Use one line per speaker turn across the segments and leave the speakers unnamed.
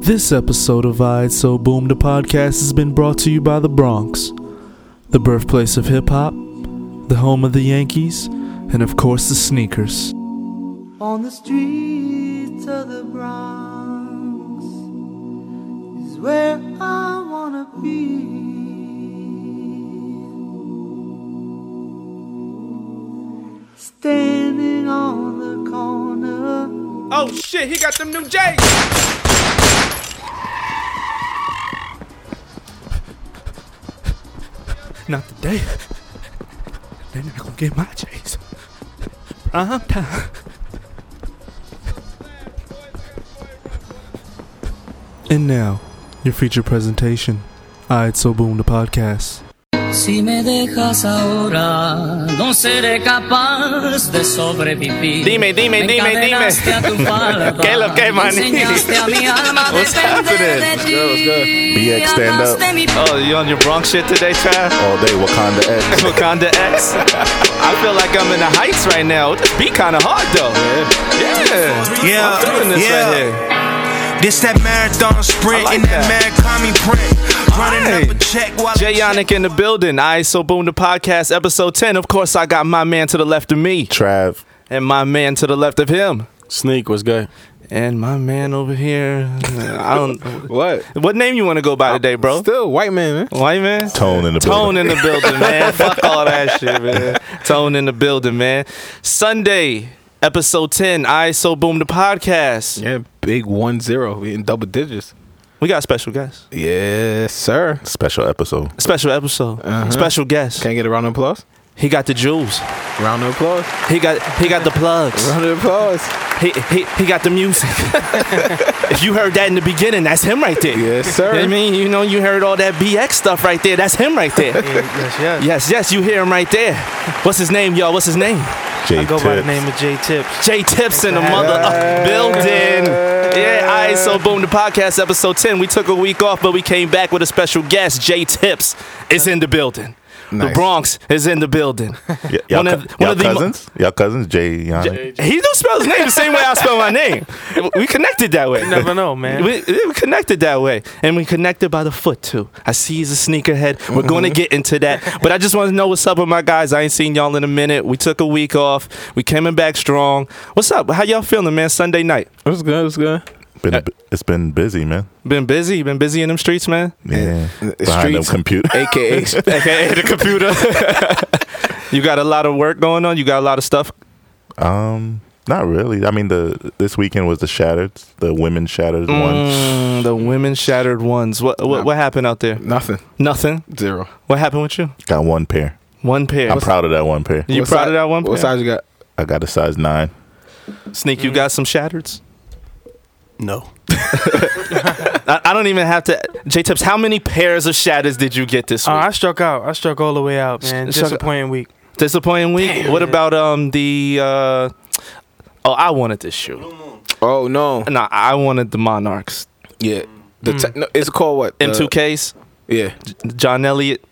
This episode of I'd So Boom the podcast has been brought to you by the Bronx, the birthplace of hip hop, the home of the Yankees, and of course the sneakers.
On the streets of the Bronx is where I wanna be. Standing on the corner,
Oh shit, he got them new J's. Not today. They're not gonna get my J's. Prime time.
And now, your feature presentation I'd So Boom the podcast.
Si me dejas ahora, no seré capaz de sobrevivir.
Dime, dime,
Me
dime, dime.
encadenaste a tu falda.
¿Qué lo que, maní?
Enseñaste a mi alma a
What's
depender
happening?
de ti.
BX, stand up.
Hablaste mi
Oh, you on your Bronx shit today, child?
all day Wakanda X.
Wakanda X. I feel like I'm in the heights right now. This beat kind of hard though. Yeah.
Uh,
Yeah,
I'm feeling this
yeah.
right here.
This that marathon sprint
I like
in that,
that.
mad commie print. Running up a
Aight.
check while
Jay Yannick in the building. I so boom the podcast episode 10. Of course, I got my man to the left of me.
Trav.
And my man to the left of him.
Sneak was good.
And my man over here. I don't
What?
What name you want to go by today, bro?
Still white man, man.
White man?
Tone in the
Tone
building.
in the building, man. Fuck all that shit, man. Tone in the building, man. Sunday, episode 10, I So Boom the podcast.
Yeah, big one zero. We in double digits.
We got special guests.
Yes, sir.
Special episode.
Special episode.
Uh-huh.
Special guest.
Can't get a round of applause.
He got the jewels.
Round of applause.
He got he got the plugs.
Uh-huh.
Round of applause.
He he, he got the music. if you heard that in the beginning, that's him right there.
Yes,
You know what I
sir.
mean, you know, you heard all that BX stuff right there. That's him right there.
yes,
yes, yes, you hear him right there. What's his name, y'all? What's his name?
J
I go by the
Tips.
name of J Tips.
Jay Tips in the mother of building. Yeah, I so boom the podcast episode 10. We took a week off, but we came back with a special guest. Jay Tips is in the building. The
Nice.
Bronx is in the building.
Y- y'all
One of-
cou-
one
y'all
of the mo-
cousins? y'all cousins? Jay Yannick.
He don't spell his name the same way I spell my name. We connected that way.
You never know, man.
We, we connected that way, and we connected by the foot too. I see he's a sneakerhead. We're going to get into that, but I just want to know what's up with my guys. I ain't seen y'all in a minute. We took a week off. We coming back strong. What's up? How y'all feeling, man? Sunday night.
It was good. It was good.
Been a, bu- it's been busy, man.
Been busy. Been busy in them streets, man.
Yeah.
The
Behind them
streets.
computer.
AKA.
AKA the computer. you got a lot of work going on. You got a lot of stuff.
um, not really. I mean, the this weekend was the Shattered, the women Shattered one.
Mm, the women shattered ones. What what, what happened out there?
Nothing.
Nothing.
Zero.
What happened with you?
Got one pair.
One pair.
I'm proud of that one pair.
you
What
proud
si-
of that one?
What
pair?
size you got?
I got a size nine.
Sneak,
Mm.
you got some shattereds.
No.
I, I don't even have to. J Tips, how many pairs of shatters did you get this
Oh,
Uh,
week?
I struck out. I struck all the way out, man.
struck-
Disappointing week.
Disappointing week. what about um the? Uh, oh, I wanted this shoe.
Oh no.
No, I wanted the Monarchs.
Yeah. The te- no, it's called what? The-
M2Ks.
Yeah.
John Elliott.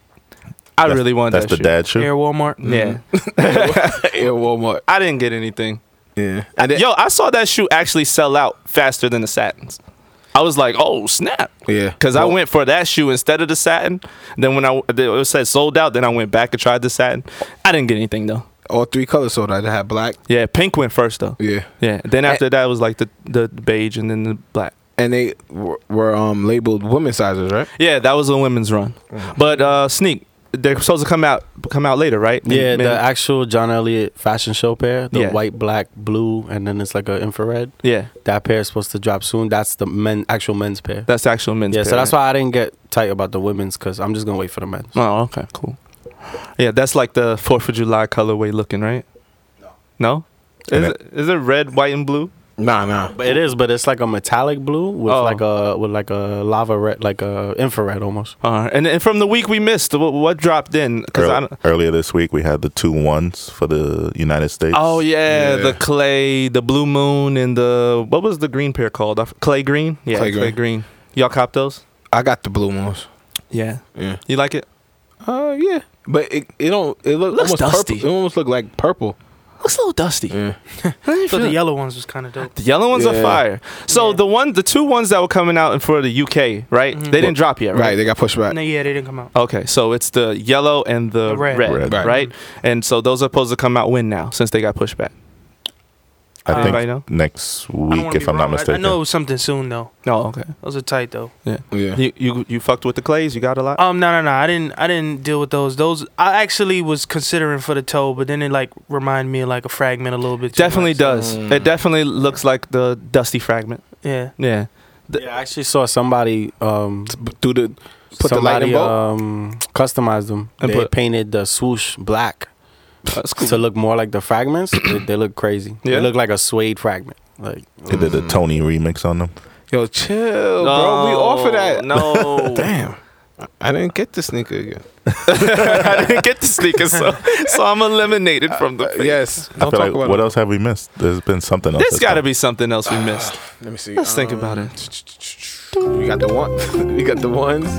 I
That's-
really wanted
That's
that
the
shoe.
dad shoe.
Here at Walmart.
Yeah,
Mm-hmm.
yeah. Walmart.
I didn't get anything.
Yeah. And then,
Yo, I saw that shoe actually sell out faster than the satins. I was like, oh snap.
Yeah.
Because I
Well-
went for that shoe instead of the satin. Then when I it said sold out, then I went back and tried the satin. I didn't get anything though.
All three colors sold out. I had black.
Yeah, pink went first though.
Yeah.
Yeah. Then
Eh.
after that was like the the beige and then the black.
And they were, were um labeled women sizes, right?
Yeah, that was a women's run.
Mm-hmm.
But uh sneak, they're supposed to come out come out later, right?
Yeah,
Maybe-
the actual John Elliott fashion show pair, the
Yeah.
white, black, blue, and then it's like a infrared.
yeah.
That pair is supposed to drop soon. That's the men actual men's pair.
That's the actual men's.
yeah,
pair,
so that's
right?
why I didn't get tight about the women's because I'm just gonna wait for the men.
Oh, okay, cool. Yeah, that's like the Fourth of July colorway looking, right? No. No?
And
Is it, is it red, white, and blue?
Nah, nah.
But it is, but it's like a metallic blue with
Oh.
like a with like a lava red, like a infrared almost.
Uh, and, and from the week we missed, what, what dropped in? Because I
Earl-
don't.
earlier this week, we had the two ones for the United States.
Oh yeah,
Yeah.
the clay, the blue moon, and the what was the green pair called? I f- Clay green. Yeah, clay,
Clay
green. Y'all cop those?
I got the blue ones.
Yeah.
Yeah.
You like it?
Uh, yeah, but it, it don't it look
Looks
almost
dusty.
purple. It almost look like purple.
Looks a little dusty.
Yeah.
But the yellow ones was kind of dope.
The yellow ones are
Yeah.
fire. So
Yeah.
the one, the two ones that were coming out in for the UK, right? They didn't drop yet,
Right, they got pushed back.
No, yeah, they didn't come out.
Okay, so it's the yellow and the,
The
red,
red.
Red.
right?
Right.
And so those are supposed to come out when now, since they got pushed back.
I
Anybody know?
think next
I don't
week,
wanna
if
be
I'm not
wrong. I- I,
mistaken.
know it was something soon though.
Oh, okay.
Those are tight though.
Yeah.
Yeah.
You, you you fucked with the clays. You got a
Oh,
lot.
Um, no, no, no. I didn't. I didn't deal with those. Those I actually was considering for the toe, but then it like remind me of like a fragment a little bit. too
definitely
much.
does. It definitely looks like the dusty fragment.
Yeah.
Yeah.
Yeah, I actually saw somebody um
Do the put the
somebody,
lightning bolt.
um customized them.
And
they
put-
painted the swoosh black
That's cool.
to look more like the fragments. they, they look crazy.
Yeah.
They look like a suede fragment. Like
They did a Tony remix on them.
Yo, chill, bro. We off of that.
No.
Damn. I- I didn't get the sneaker again.
I didn't get the sneakers, so, so I'm eliminated from the. thing.
Yes.
I feel like what else have we missed? There's been something else.
There's
that's
got to
come.
be something else we missed.
Let me see.
Let's think about it.
We got the one. we got the ones.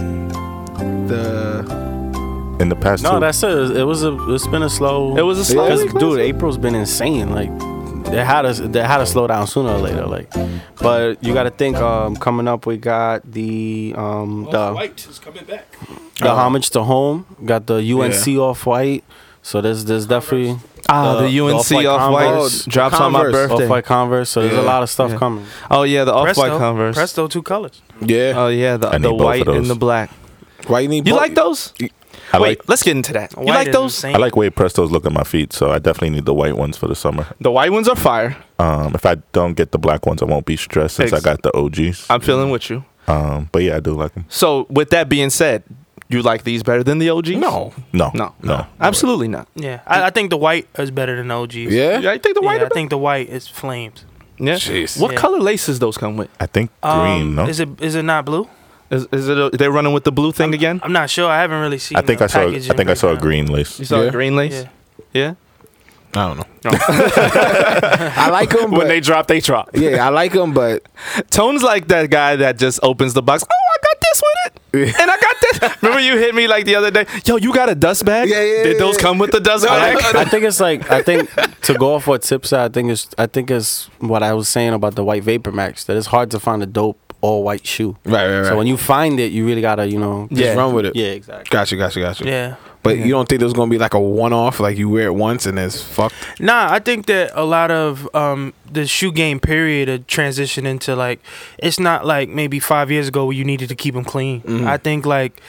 The
in the past.
no,
two.
that's it. It was a. It's been a slow.
It was a slow
Cause,
week last
dude, April's been insane. Like they had us. They had to slow down sooner or later. Like, but you got to think. Um, coming up, we got the um the The
Uh-huh.
homage to home. Got the UNC off white. So there's there's definitely
Ah,
Uh,
the
the
UNC
Off-White
off white
Converse.
drops on my
Converse.
off
birthday.
white Converse. So there's
Yeah.
a lot of stuff coming.
Oh yeah, the off
Presto,
white Converse.
Presto, two colors.
yeah.
Oh yeah, the,
I need
the
both of
white and
those.
the black.
Uh, Why you need?
You
both?
like those?
I
Wait,
like
let's get into that. You
White
like
is
those?
insane.
I like way Presto's look at my feet, so I definitely need the white ones for the summer.
The white ones are fire.
Um, if I don't get the black ones, I won't be stressed since
Ex-
I got the OGs.
I'm feeling with you.
Um, but yeah, I do like them.
So with that being said, you like these better than the OGs?
No.
No,
no,
no.
absolutely not.
Yeah, I, I think the white is better than the OGs.
Yeah.
Yeah, I think the white.
yeah,
Yeah,
I think the white is flames.
yeah.
Jeez.
What
Yeah.
color laces those come with?
I think
Um,
green. No,
Is it is it not blue?
Is, is it? A, they're running with the blue thing again?
I'm not sure. I haven't really seen.
I think
the
I saw. I
packaging
think I saw a
breakdown.
green lace.
you saw
Yeah.
a green lace?
Yeah.
Yeah.
I don't know. I like them, but
drop, they drop.
yeah, I like them, but
Tone's like that guy that just opens the box. Oh, I got this with it, and I got this. Remember you hit me like the other day? Yo, you got a dust bag?
Yeah, yeah,
Did
yeah,
those
yeah.
come with the dust
I,
bag?
I think it's like I think to go off what Tip said. I think it's I think it's what I was saying about the white Vapor Max. That it's hard to find a dope all white shoe.
right, right, right.
So when you find it, you really gotta you know
just
Yeah.
run with it.
yeah exactly.
Gotcha, gotcha, gotcha.
Yeah.
But you don't think there's gonna be like a one-off, like you wear it once and it's fucked.
Nah, I think that a lot of um, the shoe game period had transitioned into like it's not like maybe five years ago where you needed to keep them clean. I think like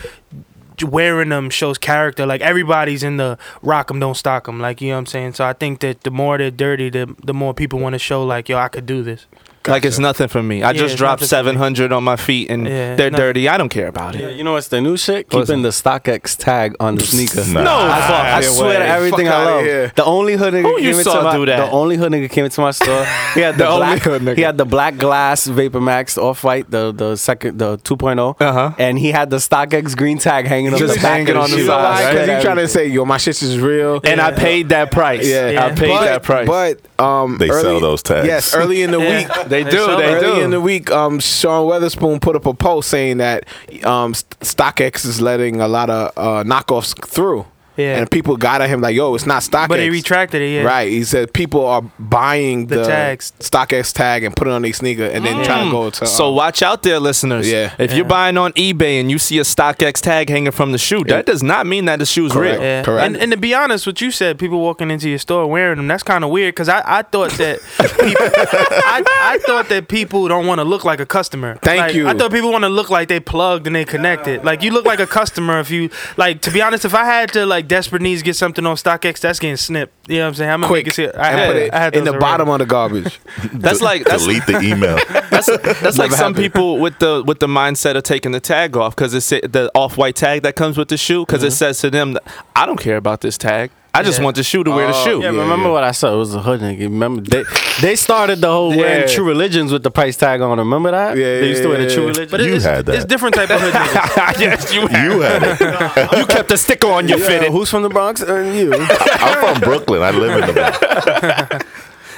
wearing them shows character. Like everybody's in the rock 'em don't stock 'em. Like you know what I'm saying. So I think that the more they're dirty, the the more people want to show like yo I could do this.
Like it's nothing for me. I
Yeah,
just
it's
dropped
nothing for me.
700 on my feet and
Yeah,
they're
nothing.
dirty. I don't care about
Yeah,
it.
you know what's the new shit?
What's
Keeping the StockX tag on the sneaker.
Nah.
No, fuck.
I swear to everything
Fuck
I
outta
love.
here.
The only hood nigga
Who you
came into
saw
my,
do that?
The only hood nigga came into my store. He had the,
The only
black,
hood nigga.
He had the black glass Vapor Max off white, the the second the oh. 2.0.
Uh-huh.
And he had the StockX green tag hanging on
Just
the back
hanging
of
on the
shoe.
You know
side,
why?
right?
Because you
Everything.
trying to say, yo, my shit is real.
And I
Yeah.
paid that price.
Yeah.
I paid
But-
that price.
But um,
They sell those tags.
Yes, early in the
Yeah.
week.
they do.
sell
They
early
do.
in the week, um, Sean Weatherspoon put up a post saying that um, S- StockX is letting a lot of uh, knockoffs through.
Yeah.
And people got at him like, yo, it's not StockX.
But they retracted it. Yeah.
Right. He said people are buying the,
The tags.
StockX tag and put it on their sneaker and then trying to go to.
Mm. so
um,
watch out there, listeners.
Yeah.
If you're buying on eBay and you see a StockX tag hanging from the shoe, that does not mean that the shoe's
Correct.
real.
Yeah.
Correct.
And, and to be honest, what you said, people walking into your store wearing them, that's kind of weird because I, I thought that people, I, I thought that people don't want to look like a customer.
Thank
Like,
you.
I thought people want to look like they plugged and they connected. Like you look like a customer if you like. To be honest, if I had to like desperate needs get something on StockX, that's getting snipped. You know what I'm saying? I'm
quick.
I
and
had,
put it
I had
in the
those
bottom
already.
of the garbage.
That's like that's
Delete the email.
that's, that's like some
happened.
people with the with the mindset of taking the tag off because it's the off white tag that comes with the shoe because it says to them, I don't care about this tag. I just
Yeah.
want the shoe to wear the
Oh,
shoe.
Yeah,
Yeah,
remember
yeah.
what I said? It was a hood nigga. Remember they they started the whole
Yeah.
wearing True Religions with the price tag on. Remember that?
Yeah,
They used to
yeah,
wear the
yeah,
True
yeah.
Religions.
But
You
it's,
had that.
it's different type of hood niggas.
yes, you have.
you had it.
You kept the sticker on your fitted.
Who's from the Bronx? Uh, you.
I'm from Brooklyn. I live in the.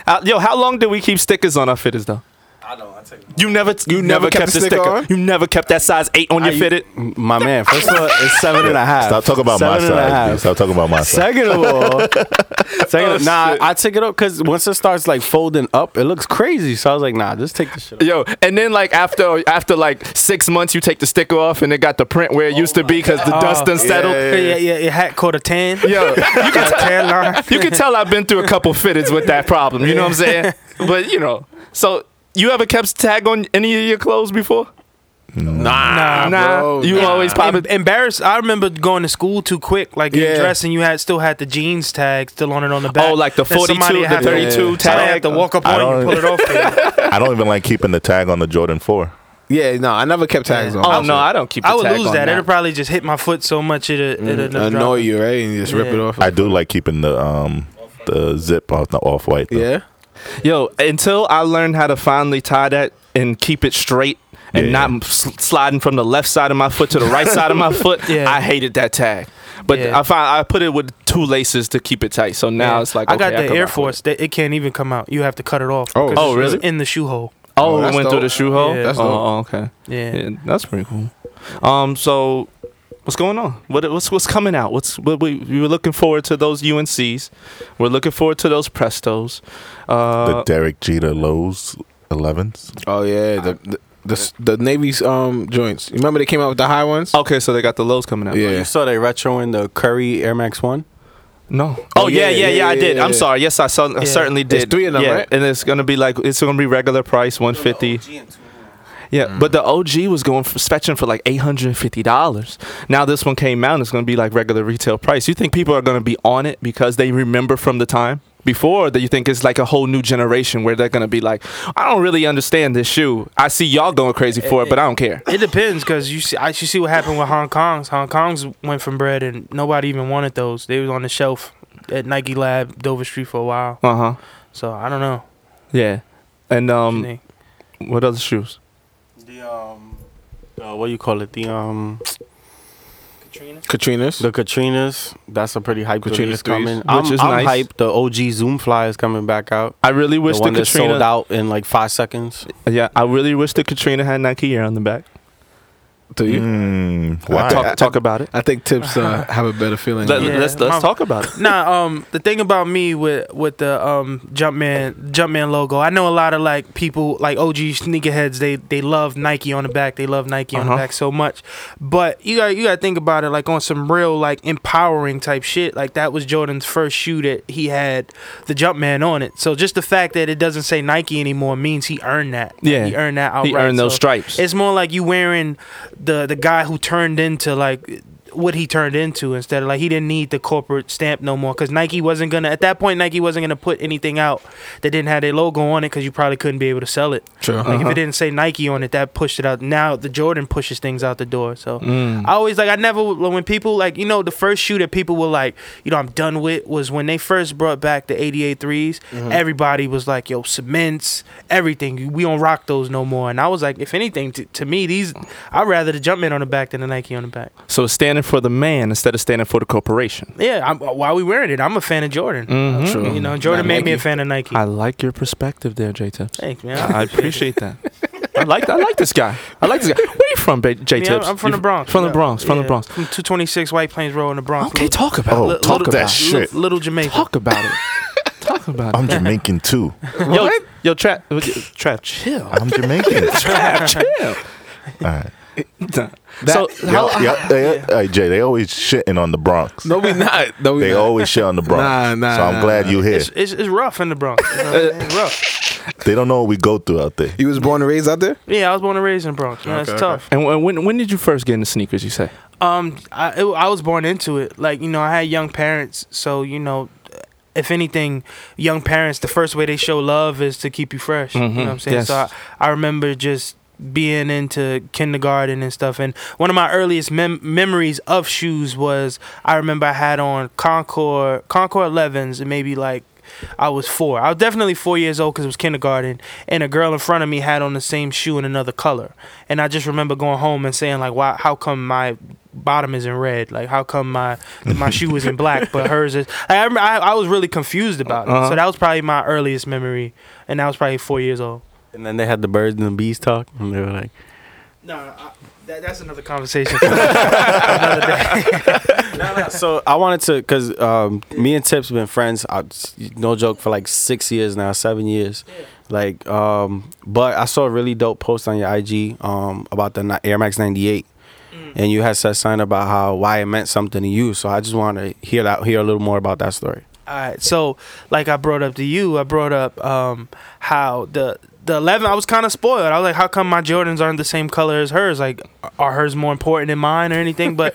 Uh, yo, how long did we keep stickers on our fitters though?
I don't. I take
You never, t- you
never
never,
kept
kept
the
the
sticker
sticker.
on?
You never kept that size eight on your
you-
fitted.
my man. First of all, it's seven and a half.
Stop talking about my
Seven and a half.
size. dude. Stop talking about my size.
Second of all, second of, nah, I took it up because once it starts like folding up, it looks crazy. So I was like, nah, just take the shit. Off.
Yo, and then like after after like six months, you take the sticker off, and it got the print where it
Oh
used to be because the dust done settled.
Yeah, yeah, yeah. Your hat caught a tan.
Yo, you
a
can
tan line.
you can tell I've been through a couple fitteds with that problem. You know what I'm saying? But you know, so you ever kept tag on any of your clothes before?
Nah,
nah,
bro,
you
nah.
always pop
Em-
it.
embarrassed. I remember going to school too quick. Like your
Yeah.
dress, and you had still had the jeans tag still on it on the back.
Oh, like the
That
42,
somebody
the
had to-
32
Somebody had
tag.
to walk up
I
on you and
don't-
pull it off. for you.
I don't even like keeping the tag on the Jordan Four.
Yeah, no, I never kept tags on.
Oh no, I don't keep. The
I would
tag
lose
on Mm,
that. It'll probably just hit my foot so much it'd, it'd
annoy you, right? And you just rip
Yeah.
it off.
I do like keeping the um the zip off the off white.
yeah.
Yo, until I learned how to finally tie that and keep it straight and
Yeah.
not not s- sliding from the left side of my foot to the right side of my foot,
Yeah.
I hated that tag. But
Yeah.
I find I put it with two laces to keep it tight. So now it's like
I got
okay,
the
can
Air
rock with
Force that it can't even come out. You have to cut it off.
Oh.
because
Oh,
it's
really?
In the shoe hole.
it. Oh,
Oh,
it
that's
went through
dope.
the shoe hole.
Yeah.
That's
oh,
dope.
oh, okay.
Yeah.
Yeah, that's pretty cool. Um, so what's going on? What what's what's coming out? What's what we we were looking forward to those UNCs. We're looking forward to those Prestos.
The
Uh,
Derek Jeter Lowe's 11s.
Oh yeah, the the, the, s- the Navy's um joints. You remember they came out with the high ones?
okay, so they got the lows coming out.
yeah.
Oh, You saw they retro in the Curry Air Max One.
No. Oh, yeah, yeah, yeah, I did.
yeah,
I'm
yeah.
sorry. Yes, I, saw, I
Yeah.
certainly did.
three of them,
yeah.
right?
And it's gonna be like it's gonna be regular price, one fifty. Yeah,
Mm.
but the OG was going for fetching for like eight hundred and fifty dollars. Now this one came out, and it's gonna be like regular retail price. You think people are gonna be on it because they remember from the time before that you think it's like a whole new generation where they're gonna be like, I don't really understand this shoe. I see y'all going crazy for it, but I don't care.
It depends because you see, I, you see what happened with Hong Kong's. Hong Kong's went from bread and nobody even wanted those. They was on the shelf at Nike Lab Dover Street for a while.
Uh
Uh-huh.
huh.
So I don't know.
Yeah. And um,
Nick.
what other shoes?
The um, uh, what do you call it? The um,
Katrina's.
the Katrinas. That's a pretty hype.
Katrina
Katrina's
threes,
coming.
which
I'm,
is
I'm
nice.
hyped. The OG Zoom Fly is coming back out.
I really wish
the
the,
one that
Katrina.
sold out in like five seconds.
Yeah, I really wish the Katrina had Nike Air on the back.
Do you?
Mm,
Wow.
why?
Talk, talk about it.
I think tips uh, have a better feeling.
Let,
Yeah.
Let's let's
my-
talk about it.
nah, um, the thing about me with with the um Jumpman Jumpman logo, I know a lot of like people like OG sneakerheads. They they love Nike on the back. They love Nike on the
Uh-huh.
back so much. But you got you got to think about it like on some real like empowering type shit. Like that was Jordan's first shoe that he had the Jumpman on it. So just the fact that it doesn't say Nike anymore means he earned that. Like,
Yeah.
he earned that outright.
He earned those
So-
stripes.
it's more like you wearing the the guy who turned into like what he turned into instead of like he didn't need the corporate stamp no more because Nike wasn't gonna at that point Nike wasn't gonna put anything out that didn't have their logo on it because you probably couldn't be able to sell it.
True.
Like if it didn't say Nike on it, that pushed it out. Now the Jordan pushes things out the door. So
Mm.
I always like I never when people like you know the first shoe that people were like you know I'm done with was when they first brought back the 88 3s.
Mm-hmm.
Everybody was like yo cements everything we don't rock those no more. And I was like if anything to, to me these I'd rather the Jumpman on the back than the Nike on the back.
So it's standing for the man instead of standing for the corporation.
Yeah, I'm, why we wearing it? I'm a fan of Jordan.
True.
You know Jordan
Not
made me a
Nike.
fan of Nike.
Mm-hmm. I like your perspective there, J Tips.
Thanks man.
I I appreciate that. I like I like this guy. I like this guy. Where you from, J Tips?
Yeah, I'm- I'm from the Bronx.
From the Bronx. From
Yeah,
the Bronx.
From 226 White Plains Road in the Bronx.
Okay,
Little-
talk about
Oh,
it.
Li-
talk
little-
about
li-
that shit.
Little Jamaica.
Talk about it. Talk about it.
I'm Jamaican too.
Oh, Yo, yo, trap, trap, chill.
I'm Jamaican.
Trap, chill.
All right.
so how,
Yo, yo, they, hey, Jay, they always shitting on the Bronx.
no, we not. No, we
They
not.
always shit on the Bronx.
Nah, nah,
so I'm
nah,
glad
nah.
you here.
It's, it's, it's rough in the Bronx. you know, it's rough.
they don't know what we go through out there.
You was born and raised out there.
Yeah, I was born and raised in the Bronx. Man, it's tough.
and when- when when did you first get into sneakers? You say.
Um, I it, I was born into it. Like you know, I had young parents, so you know, if anything, young parents, the first way they show love is to keep you fresh. You know what I'm saying?
Yes.
So I, I remember just being into kindergarten and stuff. And one of my earliest mem- memories of shoes was I remember I had on Concord Concord 11s and maybe like. I was four. I was definitely four years old because it was kindergarten, and a girl in front of me had on the same shoe in another color. And I just remember going home and saying like, "Why? How come my bottom is in red? Like, how come my my shoe is in black, but hers is?" I I, I was really confused about it. So that was probably my earliest memory, and I was probably four years old.
And then they had the birds and the bees talk, and they were like,
No, I, that, that's another conversation. for another day.
so I wanted to, cause um, me and Tips been friends. I, no joke, for like six years now, seven years. Like, um, but I saw a really dope post on your IG um, about the Ni- Air Max 98, and you had said something about how why it meant something to you. So I just want to hear that, hear a little more about that story.
All right. So, like I brought up to you, I brought up um, how the the eleven. I was kind of spoiled. I was like, how come my Jordans aren't the same color as hers? Like, are hers more important than mine or anything? But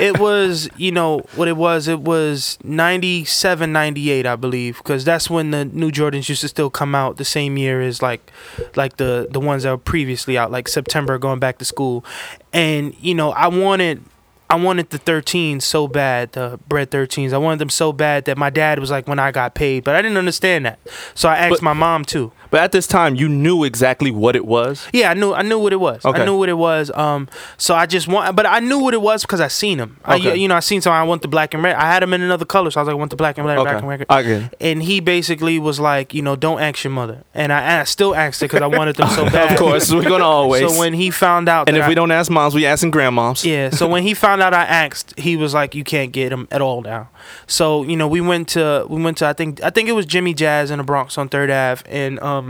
it was, you know, what it was. It was 97, 98, I believe, because that's when the new Jordans used to still come out the same year as like, like the the ones that were previously out, like September going back to school, and you know, I wanted I wanted the 13s so bad, the bread 13s. I wanted them so bad that my dad was like, when I got paid, but I didn't understand that. So I asked
But-
my mom too.
But at this time, you knew exactly what it was.
Yeah, I knew I knew what it was. I
Okay.
knew what it was. Um, so I just want, but I knew what it was because I seen them. I,
Okay.
you know, I seen some. I want the black and red. I had them in another color, so I was like, I want the black and red, black and red.
Okay.
and he basically was like, you know, don't ask your mother. And I, and I still asked it because I wanted them so bad.
Of course, we're gonna always.
So when he found out,
and
that
if
I-
we don't ask moms, we asking grandmoms.
yeah. So when he found out I asked, he was like, "You can't get him at all now." So you know, we went to we went to I think I think it was Jimmy Jazz in the Bronx on Third Ave, and um,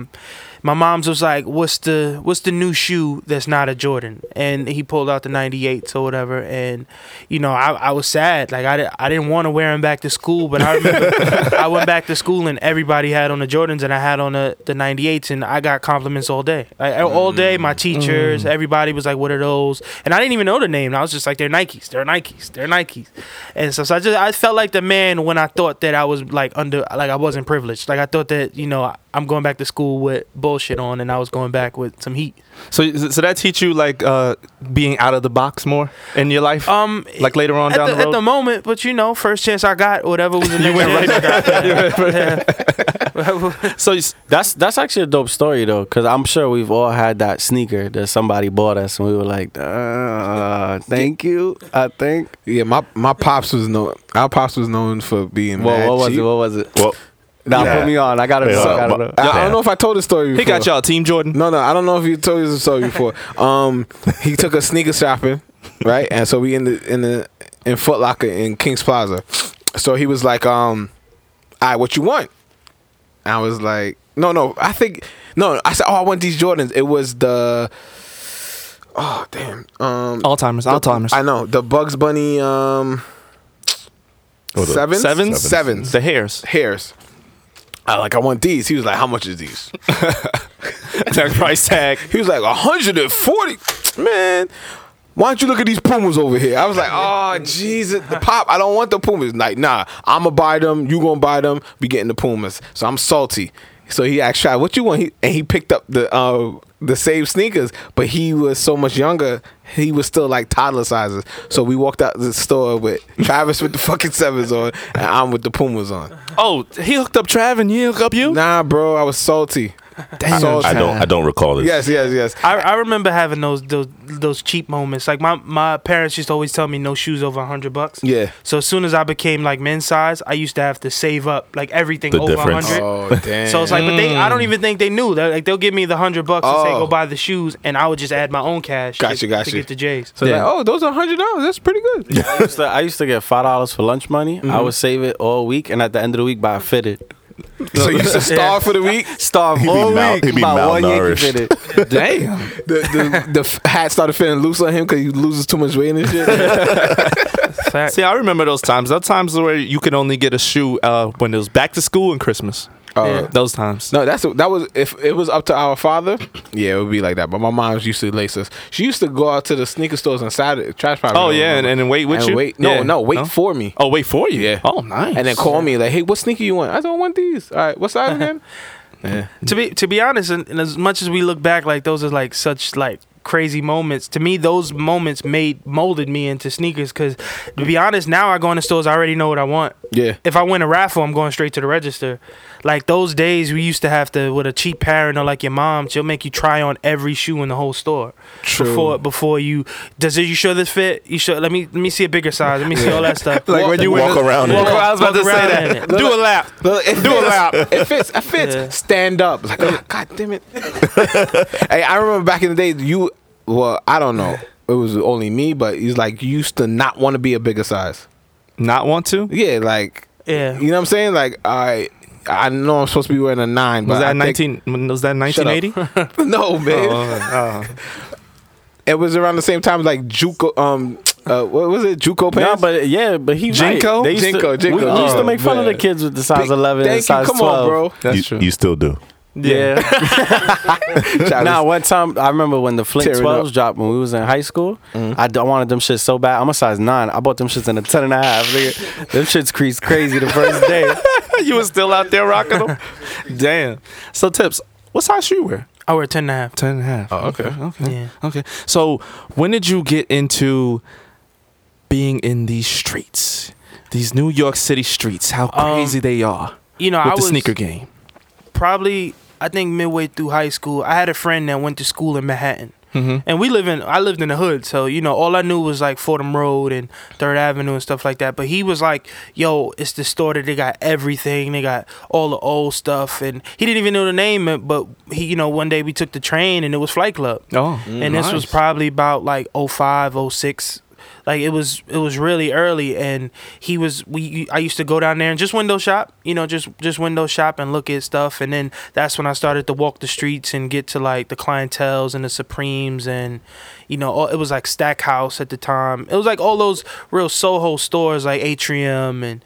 my mom's was like, "What's the what's the new shoe that's not a Jordan?" And he pulled out the '98s or whatever, and you know, I, I was sad. Like I di- I didn't want to wear him back to school, but I remember I went back to school and everybody had on the Jordans and I had on the the '98s, and I got compliments all day, like all day. My teachers, everybody was like, "What are those?" And I didn't even know the name. I was just like, "They're Nikes. They're Nikes. They're Nikes." And so, so I just I felt like the man when I thought that I was like under like I wasn't privileged. Like I thought that you know I- I'm going back to school with bullshit on, and I was going back with some heat.
So so that teach you like uh, being out of the box more in your life,
Um,
like later on
at
down
the,
the, road.
at the moment, but you know, first chance I got, whatever was the next chance I got.
so you,
That's that's actually a dope story though, because I'm sure we've all had that sneaker that somebody bought us, and we were like, uh, "Thank you." I think.
Yeah, my my pops was known. Our pops was known for being.
Well,
mad
what was
cheap.
it? What was it?
Well,
Nah,
Yeah.
put me on. I gotta.
Wait,
I
hold on.
gotta
But-
know.
I, I
Yeah.
don't know if I told this story. Before.
he got y'all team Jordan.
No, no, I don't know if you told this story before. um, he took us sneaker shopping, right? And so we in the in the in Foot Locker in Kings Plaza. So he was like, um, "All right, what you want?" I was like, "No, no, I think no." I said, "Oh, I want these Jordans." It was the oh damn, um,
Alzheimer's. Alzheimer's.
I know the Bugs Bunny um
Or the-
sevens
Sevens?
sevens
The hairs.
hairs. I like I want these. He was like, "How much is these?"
that price tag.
He was like, 140. Man, why don't you look at these Pumas over here? I was like, oh, Jesus. The pop, I don't want the Pumas. Like, nah, I'm going to buy them. You going to buy them. We getting the Pumas. So I'm salty. So he asked Shy, what you want? He, and he picked up the uh, the same sneakers, but he was so much younger. He was still like toddler sizes. So we walked out the store with Travis with the fucking sevens on, and I'm with the Pumas on.
Oh, he hooked up Trav and you hooked up you.
Nah, bro, I was salty. salty.
I don't. I don't recall this.
Yes, yes, yes.
I, I remember having those those those cheap moments. Like my, my parents used to always tell me no shoes over hundred bucks.
Yeah.
So as soon as I became like men's size, I used to have to save up like everything
The
over
difference.
hundred.
Oh, damn.
So it's like, but they I
Mm.
don't even think they knew. They're like they'll give me the hundred bucks and say
Oh.
go buy the shoes, and I would just add my own cash. to-
Gotcha, gotcha.
To get the J's.
So like, oh, those are hundred dollars. That's pretty good. Mm-hmm.
I used to, I used to get five dollars for lunch money. I would save it all week, and at the end of the week, buy a fitted.
so you should star for the week.
Starve
He'd be
all
mal-
week.
he'd be
buy one Yankee
malnourished.
fitted.
Damn. the, the the f- hat started feeling loose on him because he loses too much weight and shit.
Fact.
See, I remember those times. Those times where you could only get a shoe uh, when it was back to school and Christmas.
Uh,
Those times.
No, that's that was if it was up to our father. Yeah, it would be like that. But my mom used to lace us. She used to go out to the sneaker stores and Saturday trash pile.
Oh yeah, and, and wait with
And
you.
wait- no,
Yeah.
no, wait for me.
Oh, wait for you.
Yeah.
Oh, nice.
and then call me like, hey, what sneaker you want? I don't want these. All right, what size again?
to be to be honest, and, and as much as we look back, like those are like such like crazy moments. To me, those moments made molded me into sneakers. Cause to be honest, now I go into stores, I already know what I want.
Yeah.
If I win a raffle, I'm going straight to the register. Like those days, we used to have to with a cheap parent or like your mom, she'll make you try on every shoe in the whole store
True.
before before you. Does it? You sure this fit? You sure? Let me let me see a bigger size. Let me see all that stuff.
Like when you
walk
went-
around
Walk
in it.
around, I was about to
Walk
say
around
that.
in it.
Do a lap.
Do
a lap.
It fits. It fits.
Yeah.
Stand up. It's Like, oh, God damn it. hey, I remember back in the day, you, well, I don't know. It was only me, but he's like, you used to not want to be a bigger size.
Not want to?
Yeah, like,
Yeah.
you know what I'm saying? Like, I, I know I'm supposed to be wearing a nine, but
Was that
I think-
nineteen? Was that
Shut
nineteen
up.
eighty?
Oh,
no, man. It was around the same time, like JUCO. Um, uh, what was it? JUCO
No,
pants.
but yeah, but he
Jinko?
right. They used to-
Jinko, Jinko.
We, we used
Oh,
to make fun of
man.
the kids with the size
Thank-
eleven
thank
and size
you. Come
twelve.
on, bro.
you, you still do.
Yeah.
Child,
Nah, one time I remember when the Flint
Tearing
twelves
up.
dropped when we was in high school. I, d- I wanted them shits so bad. I'm a size nine. I bought them shits in a ten and a half. Nigga. them shits creased crazy the first day.
you was still out there rocking them. Damn. So tips. What size shoe you wear?
I wear ten and a half.
Ten and a half. Oh, okay. Okay.
Yeah.
Okay. So when did you get into being in these streets? These New York City streets, how
Um,
crazy they are
You know,
with the
I was
sneaker game.
probably I think midway through high school, I had a friend that went to school in Manhattan. And we live in I lived in the hood, so you know, all I knew was like Fordham Road and Third Avenue and stuff like that. But he was like, Yo, it's the store that they got everything, they got all the old stuff and he didn't even know the name uh, but he you know, one day we took the train and it was Flight Club.
Oh,
and this was probably about like 05, 06. Like it was it was really early and he was we I used to go down there and just window shop, you know, just just window shop and look at stuff and then that's when I started to walk the streets and get to like the clientels and the supremes and you know, all, it was like Stackhouse at the time. It was like all those real Soho stores like Atrium and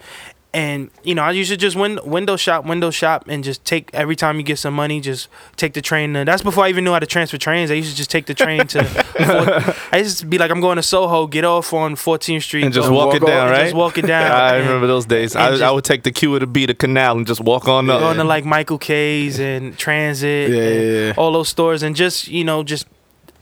and you know, I used to just win, window shop, window shop, and just take every time you get some money, just take the train. To, that's before I even knew how to transfer trains. I used to just take the train to. Fourth- I used to be like, I'm going to Soho, get off on 14th Street,
And just
go-
walk it down,
and
right?
Just walk it down.
I
and
remember those days. I,
and
I
just-
would take the Q to B, the canal, and just walk on up.
Going to like Michael K's and Transit,
Yeah,
and
yeah, yeah.
all those stores, and just you know, just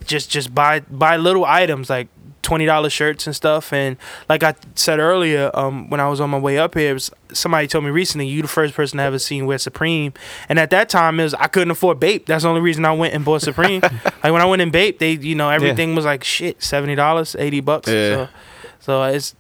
just just buy buy little items like twenty dollar shirts and stuff. And like I said earlier, um, when I was on my way up here, it was, somebody told me recently, "You the first person I ever seen wear Supreme." And at that time, it was I couldn't afford Bape. That's the only reason I went and bought Supreme. like when I went in Bape, they you know everything was like shit seventy dollars, eighty bucks.
Yeah.
So, so it's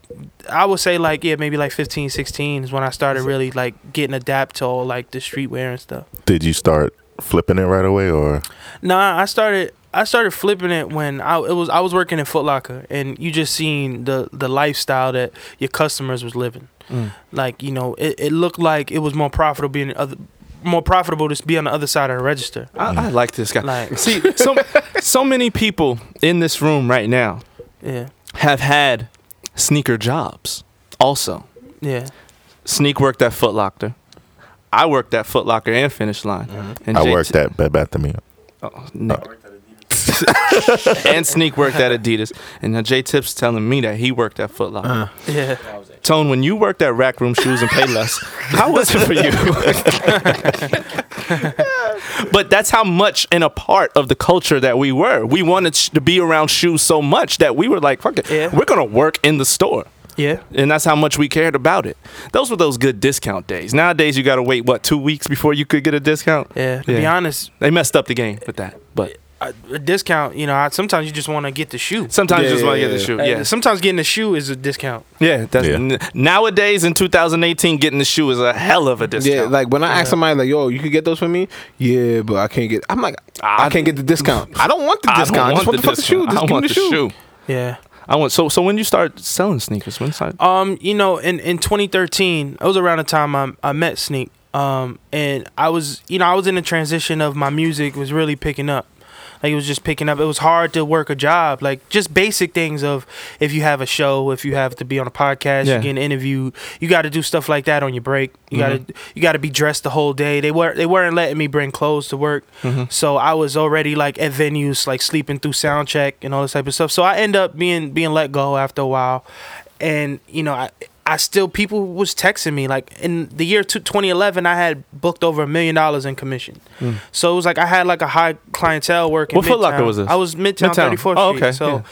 I would say like yeah, maybe like 15, 16 is when I started really like getting adapt to all like the streetwear and stuff.
Did you start flipping it right away, or
Nah, I started I started flipping it when I it was I was working in Foot Locker and you just seen the the lifestyle that your customers was living. Like, you know, it, it looked like it was more profitable being the other more profitable to be on the other side of the register.
I, I like this guy.
Like-
See, so so many people in this room right now
Yeah.
have had sneaker jobs. Also,
Yeah.
Sneak worked at Foot Locker. I worked at Foot Locker and Finish Line.
Mm-hmm.
And
I
JT
worked at Bed Bath & Beyond?
Oh, no. and Sneak worked at Adidas. And now J Tip's telling me that he worked at Foot Locker.
Uh, Yeah.
Tone, when you worked at Rack Room Shoes and Payless, how was it for you? but that's how much and a part of the culture that we were. We wanted sh- to be around shoes so much that we were like, fuck it,
Yeah.
we're going to work in the store.
Yeah.
And that's how much we cared about it. Those were those good discount days. Nowadays, you got to wait, what, two weeks before you could get a discount?
Yeah. To be
Yeah.
honest,
They messed up the game with that. But
a, a discount, you know, I, sometimes you just want to get the shoe.
sometimes you
Yeah,
just want to
yeah,
get the
yeah.
shoe.
Uh,
Yeah.
Sometimes getting a shoe is a discount.
Yeah, that's
Yeah.
n- nowadays in 2018, getting the shoe is a hell of a discount.
Yeah, like when I ask somebody like, "Yo, you could get those for me?" Yeah, but I can't get. I'm like, I,
I-
can't get the discount. I don't want the
I don't
discount. I, just want the, fucking shoe.
discount.
Just
I
give
want
me the, shoe.
Yeah.
I want so so when you start selling sneakers, when start,
Um, you know, in, in 2013, it was around the time I, I met Sneak. Um, and I was, you know, I was in the transition of my music was really picking up. Like it was just picking up. It was hard to work a job. Like just basic things of if you have a show, if you have to be on a podcast,
Yeah.
you get interviewed, you got to do stuff like that on your break. You gotta
Mm-hmm.
you gotta be dressed the whole day. They were they weren't letting me bring clothes to work,
Mm-hmm.
so I was already like at venues, like sleeping through sound check and all this type of stuff. So I end up being being let go after a while, and you know I I still people was texting me like in the year two- 2011 I had booked over a million dollars in commission. So it was like I had like a high clientele working.
Mm. What Foot Locker was this?
I was Midtown,
Midtown.
34th
Oh, okay,
Street. So
yeah.